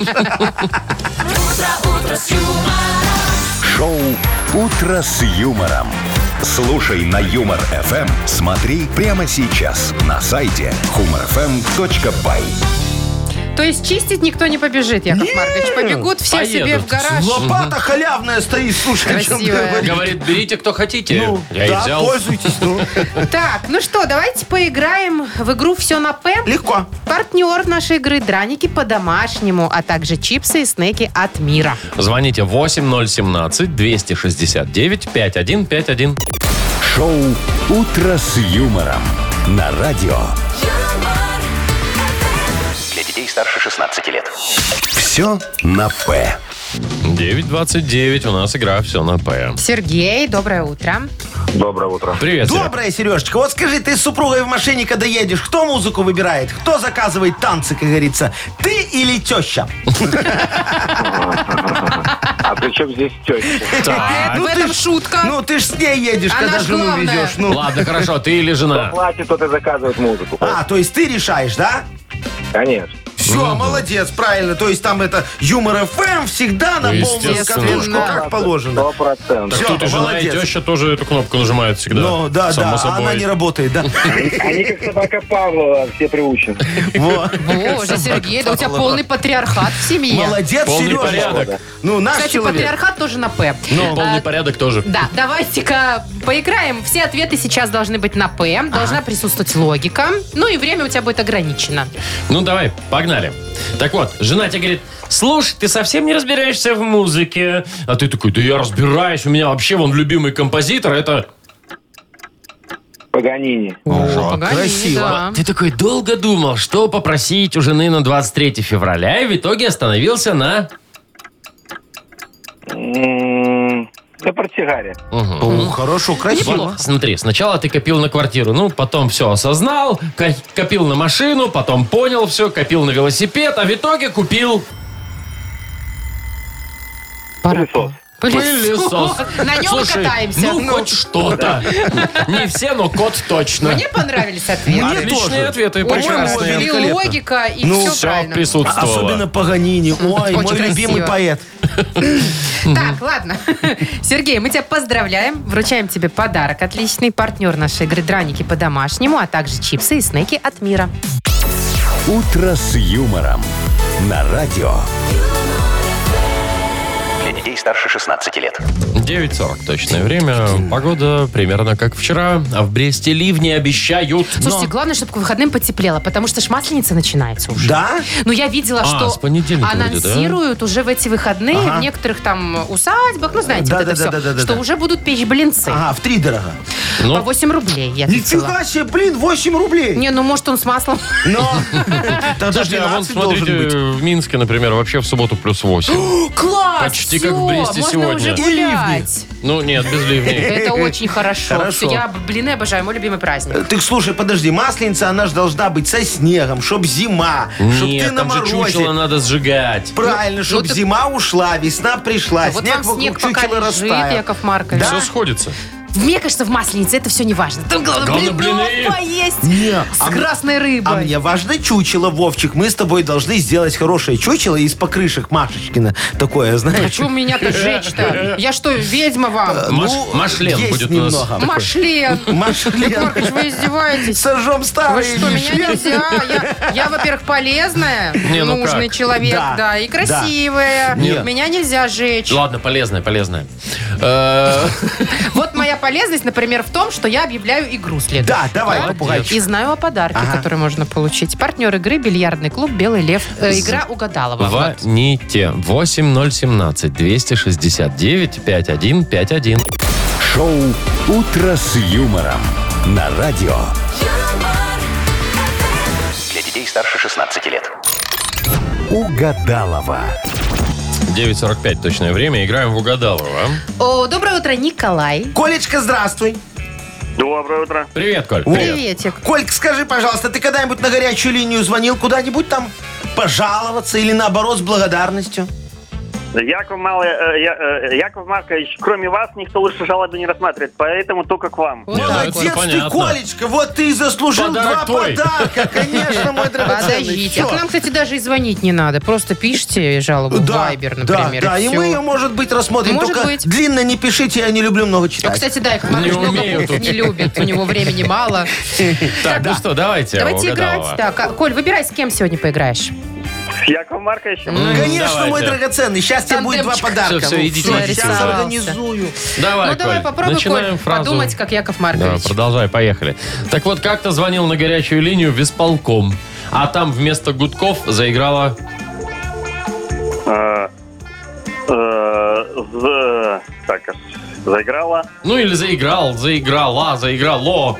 [SPEAKER 1] Шоу «Утро с юмором». Слушай на Юмор Эм. ФМ. Смотри прямо сейчас на сайте humorfm.by.
[SPEAKER 5] То есть чистить никто не побежит, Яков Маркович. Побегут все себе в гараж.
[SPEAKER 6] Лопата халявная стоит, слушай, о чем ты
[SPEAKER 5] Красивая.
[SPEAKER 6] говоришь.
[SPEAKER 4] Говорит, берите, кто хотите.
[SPEAKER 6] Ну,
[SPEAKER 4] Я и
[SPEAKER 6] да,
[SPEAKER 4] взял.
[SPEAKER 6] пользуйтесь. ну.
[SPEAKER 5] Так, ну что, давайте поиграем в игру «Все на П».
[SPEAKER 6] Легко.
[SPEAKER 5] Партнер нашей игры – драники по-домашнему, а также чипсы и снеки от мира.
[SPEAKER 4] Звоните 8017-269-5151.
[SPEAKER 1] Шоу «Утро с юмором» на радио.
[SPEAKER 7] Для детей старше 16 лет.
[SPEAKER 1] Все на «П».
[SPEAKER 4] 9.29, у нас игра «Все на П».
[SPEAKER 5] Сергей, доброе утро.
[SPEAKER 10] Доброе утро.
[SPEAKER 4] Привет, Серег.
[SPEAKER 6] Добрая, Сережечка. Вот скажи, ты с супругой в машине, когда едешь, кто музыку выбирает? Кто заказывает танцы, как говорится? Ты или теща?
[SPEAKER 10] А при чем здесь теща?
[SPEAKER 4] Так.
[SPEAKER 5] в этом
[SPEAKER 6] ты ж-
[SPEAKER 5] шутка.
[SPEAKER 6] Ну, ты ж с ней едешь,
[SPEAKER 5] Она
[SPEAKER 6] когда
[SPEAKER 5] ж
[SPEAKER 6] жену
[SPEAKER 5] главная.
[SPEAKER 6] везешь. Ну.
[SPEAKER 4] Ладно, хорошо, ты или жена.
[SPEAKER 10] Платит, тот и заказывает музыку.
[SPEAKER 6] А, то есть ты решаешь, да?
[SPEAKER 10] Конечно.
[SPEAKER 4] Ну,
[SPEAKER 6] Все, молодец, правильно. То есть там это юмор ФМ всегда на полную
[SPEAKER 4] Естественно.
[SPEAKER 6] катушку, ну, как положено.
[SPEAKER 10] Сто процентов.
[SPEAKER 4] Так
[SPEAKER 6] Всё,
[SPEAKER 4] тут и жена, и
[SPEAKER 6] молодец.
[SPEAKER 4] теща тоже эту кнопку нажимают всегда.
[SPEAKER 6] Ну, да,
[SPEAKER 4] Само
[SPEAKER 6] да, а
[SPEAKER 4] собой.
[SPEAKER 6] она не работает, да.
[SPEAKER 10] Они как собака Павлова, все приучены.
[SPEAKER 6] Вот.
[SPEAKER 5] Боже, Ну, Сергей, да у тебя полный патриархат в семье.
[SPEAKER 6] Молодец,
[SPEAKER 4] Полный
[SPEAKER 6] Сережа.
[SPEAKER 4] порядок.
[SPEAKER 6] Ну, наш
[SPEAKER 5] Кстати,
[SPEAKER 6] человек.
[SPEAKER 5] патриархат тоже на «П».
[SPEAKER 4] Ну, полный
[SPEAKER 5] А,
[SPEAKER 4] порядок тоже.
[SPEAKER 5] Да, давайте-ка поиграем. Все ответы сейчас должны быть на «П». Должна присутствовать логика. Ну и время у тебя будет ограничено.
[SPEAKER 4] Ну, давай, погнали. Так вот, жена тебе говорит, слушай, ты совсем не разбираешься в музыке. А ты такой, да я разбираюсь, у меня вообще вон любимый композитор, это...
[SPEAKER 10] Паганини.
[SPEAKER 5] О, Паганини,
[SPEAKER 6] красиво.
[SPEAKER 5] Ну, да.
[SPEAKER 4] Ты такой долго думал, что попросить у жены на 23 февраля, и в итоге остановился на...
[SPEAKER 10] М, М-м-м. Да портсигаре.
[SPEAKER 4] Мгм.
[SPEAKER 6] О, Ну, Хорошо, красиво.
[SPEAKER 4] Смотри, сначала ты копил на квартиру, ну, потом все осознал, ко- копил на машину, потом понял все, копил на велосипед, а в итоге купил...
[SPEAKER 10] Пылесос.
[SPEAKER 4] Пылесос.
[SPEAKER 5] На нем и
[SPEAKER 4] Слушай,
[SPEAKER 5] катаемся.
[SPEAKER 4] ну, хоть что-то. Не все, но кот точно.
[SPEAKER 5] Мне понравились ответы.
[SPEAKER 6] Мне
[SPEAKER 4] Отличные
[SPEAKER 6] тоже.
[SPEAKER 4] ответы,
[SPEAKER 5] Очень
[SPEAKER 4] прекрасные.
[SPEAKER 5] и
[SPEAKER 6] великолепно.
[SPEAKER 5] логика, и
[SPEAKER 6] Ну,
[SPEAKER 5] все,
[SPEAKER 4] Все
[SPEAKER 5] правильно.
[SPEAKER 4] присутствовало.
[SPEAKER 6] Особенно Паганини. Ой,
[SPEAKER 5] Очень
[SPEAKER 6] мой
[SPEAKER 5] красиво.
[SPEAKER 6] любимый поэт.
[SPEAKER 5] Так, ладно. Сергей, мы тебя поздравляем. Вручаем тебе подарок. Отличный партнер нашей игры «Драники по-домашнему», а также чипсы и снеки от мира.
[SPEAKER 1] «Утро с юмором» на радио.
[SPEAKER 7] Для детей старше 16 лет.
[SPEAKER 4] 9.40 точное время. Погода примерно как вчера. А в Бресте ливни обещают.
[SPEAKER 5] Слушайте, главное, чтобы к выходным потеплело, потому что ж масленица начинается уже.
[SPEAKER 6] Да?
[SPEAKER 5] Но я видела,
[SPEAKER 4] А,
[SPEAKER 5] что
[SPEAKER 4] с понедельника вроде, да?
[SPEAKER 5] анонсируют уже в эти выходные в некоторых там усадьбах, ну, знаете,
[SPEAKER 6] Да,
[SPEAKER 5] вот это
[SPEAKER 6] да, да,
[SPEAKER 5] все,
[SPEAKER 6] да, да, да,
[SPEAKER 5] что
[SPEAKER 6] да.
[SPEAKER 5] уже будут печь блинцы
[SPEAKER 6] Ага, в три дорога.
[SPEAKER 4] Ну.
[SPEAKER 5] по 8 рублей, я видела.
[SPEAKER 6] Нифига себе, блин, 8 рублей.
[SPEAKER 5] Не, ну, может, он с маслом.
[SPEAKER 6] Но тогда
[SPEAKER 4] Слушайте, а вон,
[SPEAKER 6] 12 должен
[SPEAKER 4] смотрите,
[SPEAKER 6] быть.
[SPEAKER 4] в Минске, например, вообще в субботу плюс 8.
[SPEAKER 5] Класс!
[SPEAKER 4] Почти
[SPEAKER 5] всё,
[SPEAKER 4] как в Бресте
[SPEAKER 5] можно
[SPEAKER 4] сегодня.
[SPEAKER 5] уже
[SPEAKER 4] И
[SPEAKER 5] гулять.
[SPEAKER 4] Ну нет, без ливней.
[SPEAKER 5] Это очень хорошо.
[SPEAKER 6] Хорошо.
[SPEAKER 5] Всё, Я блины обожаю, мой любимый праздник.
[SPEAKER 6] Так слушай, подожди, масленица, она же должна быть со снегом, чтоб зима, чтоб ты
[SPEAKER 4] Нет,
[SPEAKER 6] на
[SPEAKER 4] там же чучело
[SPEAKER 6] морозе.
[SPEAKER 4] надо сжигать.
[SPEAKER 6] Правильно, чтоб
[SPEAKER 5] так-
[SPEAKER 6] зима ушла, весна пришла,
[SPEAKER 5] ну вот
[SPEAKER 6] снег
[SPEAKER 5] вам
[SPEAKER 6] вокруг
[SPEAKER 5] снег пока
[SPEAKER 6] чучела
[SPEAKER 5] лежит,
[SPEAKER 6] растаял.
[SPEAKER 5] Яков Маркович.
[SPEAKER 4] Все сходится.
[SPEAKER 5] Мне кажется, в масленице это все не важно. Там главное,
[SPEAKER 4] Главное,
[SPEAKER 5] блинов
[SPEAKER 4] блины.
[SPEAKER 5] поесть
[SPEAKER 6] Не,
[SPEAKER 5] с
[SPEAKER 6] а мне-
[SPEAKER 5] красной рыбой.
[SPEAKER 6] А мне важно чучело, Вовчик. Мы с тобой должны сделать хорошее чучело из покрышек Машечкина. Такое,
[SPEAKER 5] А
[SPEAKER 6] знаешь.
[SPEAKER 5] чё меня-то жечь-то? Я что, ведьма вам?
[SPEAKER 4] Маш-
[SPEAKER 6] ну,
[SPEAKER 4] Машлен
[SPEAKER 6] есть
[SPEAKER 4] будет у нас.
[SPEAKER 6] немного.
[SPEAKER 5] Машлен.
[SPEAKER 6] Машлен.
[SPEAKER 5] Яков Маркович, вы издеваетесь?
[SPEAKER 6] Сожжем
[SPEAKER 5] Вы
[SPEAKER 6] старые
[SPEAKER 5] что, меня
[SPEAKER 6] вещи.
[SPEAKER 5] нельзя? Я- Я, во-первых, полезная,
[SPEAKER 4] Не, ну
[SPEAKER 5] нужный
[SPEAKER 4] как?
[SPEAKER 5] человек,
[SPEAKER 6] Да,
[SPEAKER 5] да, и
[SPEAKER 6] да.
[SPEAKER 5] красивая.
[SPEAKER 6] Нет.
[SPEAKER 5] Меня нельзя жечь.
[SPEAKER 4] Ладно, полезное, полезное. Э,
[SPEAKER 5] Вот моя полезность, например, в том, что я объявляю игру следующую.
[SPEAKER 6] Да,
[SPEAKER 4] Э,
[SPEAKER 6] давай,
[SPEAKER 5] И
[SPEAKER 6] попугайчик.
[SPEAKER 5] знаю о подарке, который можно получить. Партнер игры «Бильярдный клуб «Белый лев». Э, игра угадала вам.
[SPEAKER 4] Звоните 8017 269 5151.
[SPEAKER 1] Шоу «Утро с юмором» на радио.
[SPEAKER 7] Для детей старше 16 лет.
[SPEAKER 1] Угадалова.
[SPEAKER 4] 9.45 точное время. Играем в угадалово.
[SPEAKER 5] О, доброе утро, Николай.
[SPEAKER 6] Колечка, здравствуй.
[SPEAKER 10] Доброе утро.
[SPEAKER 4] Привет, Коль.
[SPEAKER 5] Приветик.
[SPEAKER 6] Колька, скажи, пожалуйста, ты когда-нибудь на горячую линию звонил куда-нибудь там пожаловаться или наоборот с благодарностью?
[SPEAKER 10] Яков, э, Яков Маркович, кроме вас никто лучше жалобы не рассматривает, поэтому только к вам.
[SPEAKER 5] Вот
[SPEAKER 4] Не, ну
[SPEAKER 5] так.
[SPEAKER 4] это
[SPEAKER 6] Молодец ты,
[SPEAKER 4] понятно.
[SPEAKER 6] Колечка, вот ты и заслужил
[SPEAKER 4] Подарок
[SPEAKER 6] два
[SPEAKER 4] твой.
[SPEAKER 6] подарка, конечно, мой драгоценный.
[SPEAKER 5] Подождите.
[SPEAKER 6] Всё.
[SPEAKER 5] А к нам, кстати, даже и звонить не надо. Просто пишите жалобу в Viber, например.
[SPEAKER 6] Да, да, и
[SPEAKER 5] всё.
[SPEAKER 6] мы ее, может быть, рассмотрим.
[SPEAKER 5] Может
[SPEAKER 6] Только
[SPEAKER 5] быть.
[SPEAKER 6] длинно не пишите, я не люблю много
[SPEAKER 5] Ну,
[SPEAKER 6] читать.
[SPEAKER 5] кстати, да, их Маркович
[SPEAKER 4] Не
[SPEAKER 5] много
[SPEAKER 4] умею
[SPEAKER 5] пунктов
[SPEAKER 4] тут.
[SPEAKER 5] не любит. У него времени мало.
[SPEAKER 4] Так, ну что, давайте.
[SPEAKER 5] Давайте
[SPEAKER 4] угадалово.
[SPEAKER 5] играть. Так, а, Коль, выбирай, с кем сегодня поиграешь. Ну,
[SPEAKER 10] Яков Маркович?
[SPEAKER 6] Конечно, мой драгоценный. Сейчас тебе будет два
[SPEAKER 5] Тандемчик.
[SPEAKER 6] подарка.
[SPEAKER 4] Ну, Всё, всё,
[SPEAKER 6] Ну,
[SPEAKER 4] идите,
[SPEAKER 6] всё,
[SPEAKER 4] идите.
[SPEAKER 6] Сейчас
[SPEAKER 4] Нарисовался.
[SPEAKER 6] организую.
[SPEAKER 4] Давай,
[SPEAKER 5] ну давай
[SPEAKER 4] Коль,
[SPEAKER 5] попробуй,
[SPEAKER 4] начинаем
[SPEAKER 5] Коль,
[SPEAKER 4] фразу.
[SPEAKER 5] подумать, как Яков
[SPEAKER 4] Да,
[SPEAKER 5] Маркович.
[SPEAKER 4] продолжай, поехали. Так вот, как-то звонил на горячую линию в исполком, а там вместо гудков заиграла...
[SPEAKER 10] Э, э, з- Так, аж заиграла.
[SPEAKER 4] Ну или заиграл, заиграла, заиграло.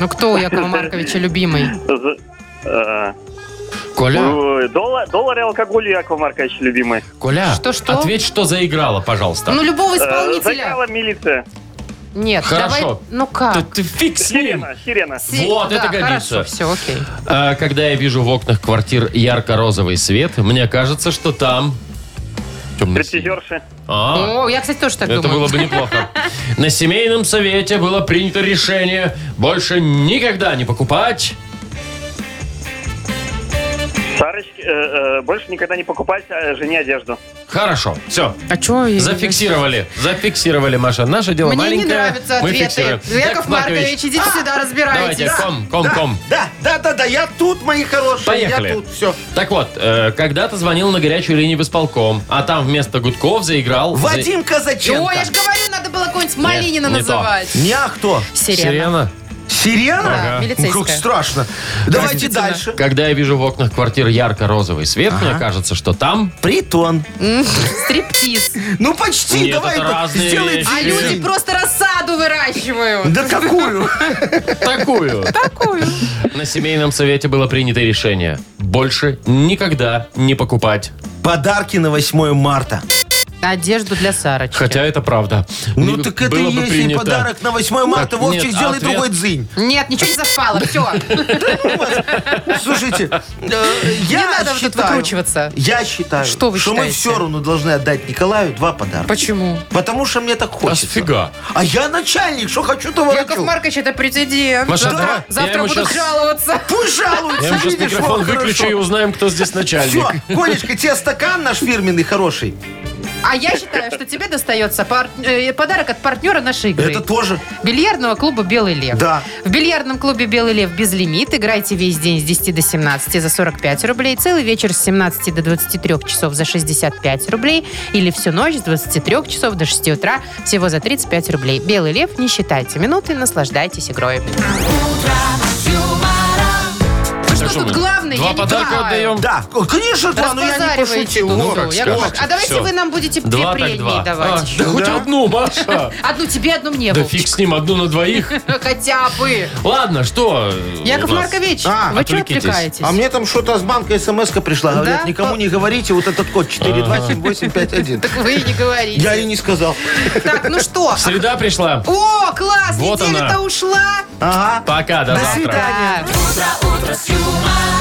[SPEAKER 5] ну кто у Якова Марковича любимый?
[SPEAKER 10] З- э,
[SPEAKER 4] Коля?
[SPEAKER 10] ой, Доллар, доллар и алкоголь, Яков Маркович, любимый.
[SPEAKER 4] Коля,
[SPEAKER 5] Что-что?
[SPEAKER 4] ответь, что заиграла, пожалуйста.
[SPEAKER 5] Ну любого
[SPEAKER 10] Э,
[SPEAKER 5] исполнителя.
[SPEAKER 10] Заиграла милиция.
[SPEAKER 5] Нет,
[SPEAKER 4] Хорошо.
[SPEAKER 5] давай, ну как?
[SPEAKER 4] Ты, ты фиг с ним.
[SPEAKER 10] Сирена, сирена.
[SPEAKER 5] Си-
[SPEAKER 4] Вот,
[SPEAKER 5] да,
[SPEAKER 4] это годится.
[SPEAKER 5] Хорошо, все, окей.
[SPEAKER 4] А, Когда я вижу в окнах квартир ярко-розовый свет, мне кажется, что там... темный свет.
[SPEAKER 10] Стриптизерши.
[SPEAKER 4] А,
[SPEAKER 5] О, я, кстати, тоже так
[SPEAKER 4] Это
[SPEAKER 5] думаю.
[SPEAKER 4] было бы неплохо. На семейном совете было принято решение больше никогда не покупать.
[SPEAKER 10] Сарочки, э, э, больше никогда не покупать э, жене одежду.
[SPEAKER 4] Хорошо, все.
[SPEAKER 5] А чё я-
[SPEAKER 4] Зафиксировали, зафиксировали, Маша. Наше дело
[SPEAKER 5] Мне
[SPEAKER 4] маленькое.
[SPEAKER 5] не нравятся
[SPEAKER 4] мы
[SPEAKER 5] ответы. Ну,
[SPEAKER 4] фиксируем. А!
[SPEAKER 5] Яков Маркович, идите сюда, разбирайтесь.
[SPEAKER 4] Давайте, ком, ком,
[SPEAKER 6] да,
[SPEAKER 4] ком.
[SPEAKER 6] Да, да, да, да, я тут, мои хорошие.
[SPEAKER 4] Поехали.
[SPEAKER 6] Я тут, все.
[SPEAKER 4] Так вот, э, когда-то звонил на горячую линию в исполком, а там вместо гудков заиграл... за-
[SPEAKER 6] Вадим Казаченко.
[SPEAKER 5] Ой, я же говорю, надо было какого-нибудь Малинина
[SPEAKER 4] не то.
[SPEAKER 5] называть.
[SPEAKER 6] Не, а кто?
[SPEAKER 5] Сирена.
[SPEAKER 4] Сирена.
[SPEAKER 5] Да,
[SPEAKER 6] Сирена? Ну, как
[SPEAKER 5] милицейская.
[SPEAKER 6] страшно. Давайте дальше.
[SPEAKER 4] Когда я вижу в окнах квартир ярко-розовый свет, мне кажется, что там...
[SPEAKER 6] Притон.
[SPEAKER 5] М, Стриптиз.
[SPEAKER 6] Ну, почти.
[SPEAKER 4] Нет,
[SPEAKER 6] давай
[SPEAKER 4] это
[SPEAKER 6] так,
[SPEAKER 4] разные
[SPEAKER 6] сделай
[SPEAKER 4] вещи.
[SPEAKER 5] А
[SPEAKER 6] дизайн.
[SPEAKER 5] люди просто рассаду выращивают.
[SPEAKER 6] Да какую?
[SPEAKER 4] Такую.
[SPEAKER 5] Такую.
[SPEAKER 4] На семейном совете было принято решение больше никогда не покупать.
[SPEAKER 6] Подарки на 8 марта.
[SPEAKER 5] Одежду для Сарочки.
[SPEAKER 4] Хотя это правда.
[SPEAKER 6] Ну
[SPEAKER 4] Не-
[SPEAKER 6] так это
[SPEAKER 4] было
[SPEAKER 6] и
[SPEAKER 4] бы
[SPEAKER 6] есть и
[SPEAKER 4] принято.
[SPEAKER 6] подарок на 8 марта.
[SPEAKER 4] Так,
[SPEAKER 6] Вовчик,
[SPEAKER 4] нет,
[SPEAKER 6] сделай
[SPEAKER 4] ответ-
[SPEAKER 6] другой дзынь.
[SPEAKER 5] Нет, ничего не совпало, все.
[SPEAKER 6] Слушайте, э, я
[SPEAKER 5] Не надо вот тут
[SPEAKER 6] считаю-
[SPEAKER 5] выкручиваться.
[SPEAKER 6] Я считаю,
[SPEAKER 5] Что вы
[SPEAKER 6] мы
[SPEAKER 5] считаете?
[SPEAKER 6] все равно должны отдать Николаю два подарка.
[SPEAKER 5] Почему?
[SPEAKER 6] Потому что мне так
[SPEAKER 4] А
[SPEAKER 6] хочется.
[SPEAKER 4] сфига?
[SPEAKER 6] А я начальник, что хочу, то
[SPEAKER 5] Яков
[SPEAKER 6] ворочу.
[SPEAKER 5] Маркович, это прецедент.
[SPEAKER 4] Маша, давай,
[SPEAKER 5] завтра
[SPEAKER 4] я
[SPEAKER 5] завтра
[SPEAKER 4] ему
[SPEAKER 5] буду
[SPEAKER 4] щас-
[SPEAKER 5] жаловаться.
[SPEAKER 6] Пусть жалуются,
[SPEAKER 4] Я ему сейчас
[SPEAKER 6] видишь,
[SPEAKER 4] микрофон
[SPEAKER 6] вот,
[SPEAKER 4] выключу и узнаем, кто здесь начальник.
[SPEAKER 6] Все, Колечка, тебе стакан наш фирменный хороший.
[SPEAKER 5] А я считаю, что тебе достается пар- э, подарок от партнера нашей игры.
[SPEAKER 6] Это тоже.
[SPEAKER 5] Бильярдного клуба «Белый лев».
[SPEAKER 6] Да.
[SPEAKER 5] В бильярдном клубе «Белый лев» безлимит. Играйте весь день с 10 до 17 за 45 рублей. Целый вечер с 17 до 23 часов за 65 рублей. Или всю ночь с 23 часов до 6 утра всего за 35 рублей. «Белый лев» не считайте минуты, наслаждайтесь игрой. Что
[SPEAKER 4] Так что
[SPEAKER 5] тут
[SPEAKER 4] мы
[SPEAKER 5] главное?
[SPEAKER 4] Два
[SPEAKER 5] Я не
[SPEAKER 4] подарка
[SPEAKER 5] понимаю.
[SPEAKER 4] отдаем. Ну,
[SPEAKER 6] Да, конечно, два, но я не
[SPEAKER 5] Разбазариваете
[SPEAKER 6] пошутил. Ну,
[SPEAKER 5] тут всё,
[SPEAKER 6] Вот.
[SPEAKER 4] как
[SPEAKER 5] Яков
[SPEAKER 4] скажете,
[SPEAKER 5] Маркович. А давайте
[SPEAKER 4] всё.
[SPEAKER 5] вы нам будете две
[SPEAKER 4] Два так
[SPEAKER 5] премии
[SPEAKER 4] два. А,
[SPEAKER 5] давать.
[SPEAKER 4] да хоть одну, Маша.
[SPEAKER 5] Одну тебе, одну мне,
[SPEAKER 4] Да
[SPEAKER 5] Вовчик.
[SPEAKER 4] фиг с ним, одну на двоих.
[SPEAKER 5] Хотя бы.
[SPEAKER 4] Ладно, что? э,
[SPEAKER 5] Яков
[SPEAKER 4] у нас?
[SPEAKER 5] Маркович,
[SPEAKER 6] А,
[SPEAKER 5] вы что
[SPEAKER 4] отвлекитесь.
[SPEAKER 5] отвлекаетесь?
[SPEAKER 6] А мне там что-то с банка смс пришла. Говорят,
[SPEAKER 5] Да?
[SPEAKER 6] никому не говорите, вот этот код 427851.
[SPEAKER 5] Так вы и не говорите.
[SPEAKER 6] Я и не сказал.
[SPEAKER 5] Так, ну что?
[SPEAKER 4] Среда пришла.
[SPEAKER 5] О, класс,
[SPEAKER 4] Вот
[SPEAKER 5] неделя-то
[SPEAKER 4] она.
[SPEAKER 5] ушла.
[SPEAKER 6] Ага.
[SPEAKER 4] Пока, до
[SPEAKER 6] До
[SPEAKER 4] завтра.
[SPEAKER 5] Да.
[SPEAKER 13] Утро, утро с юмором.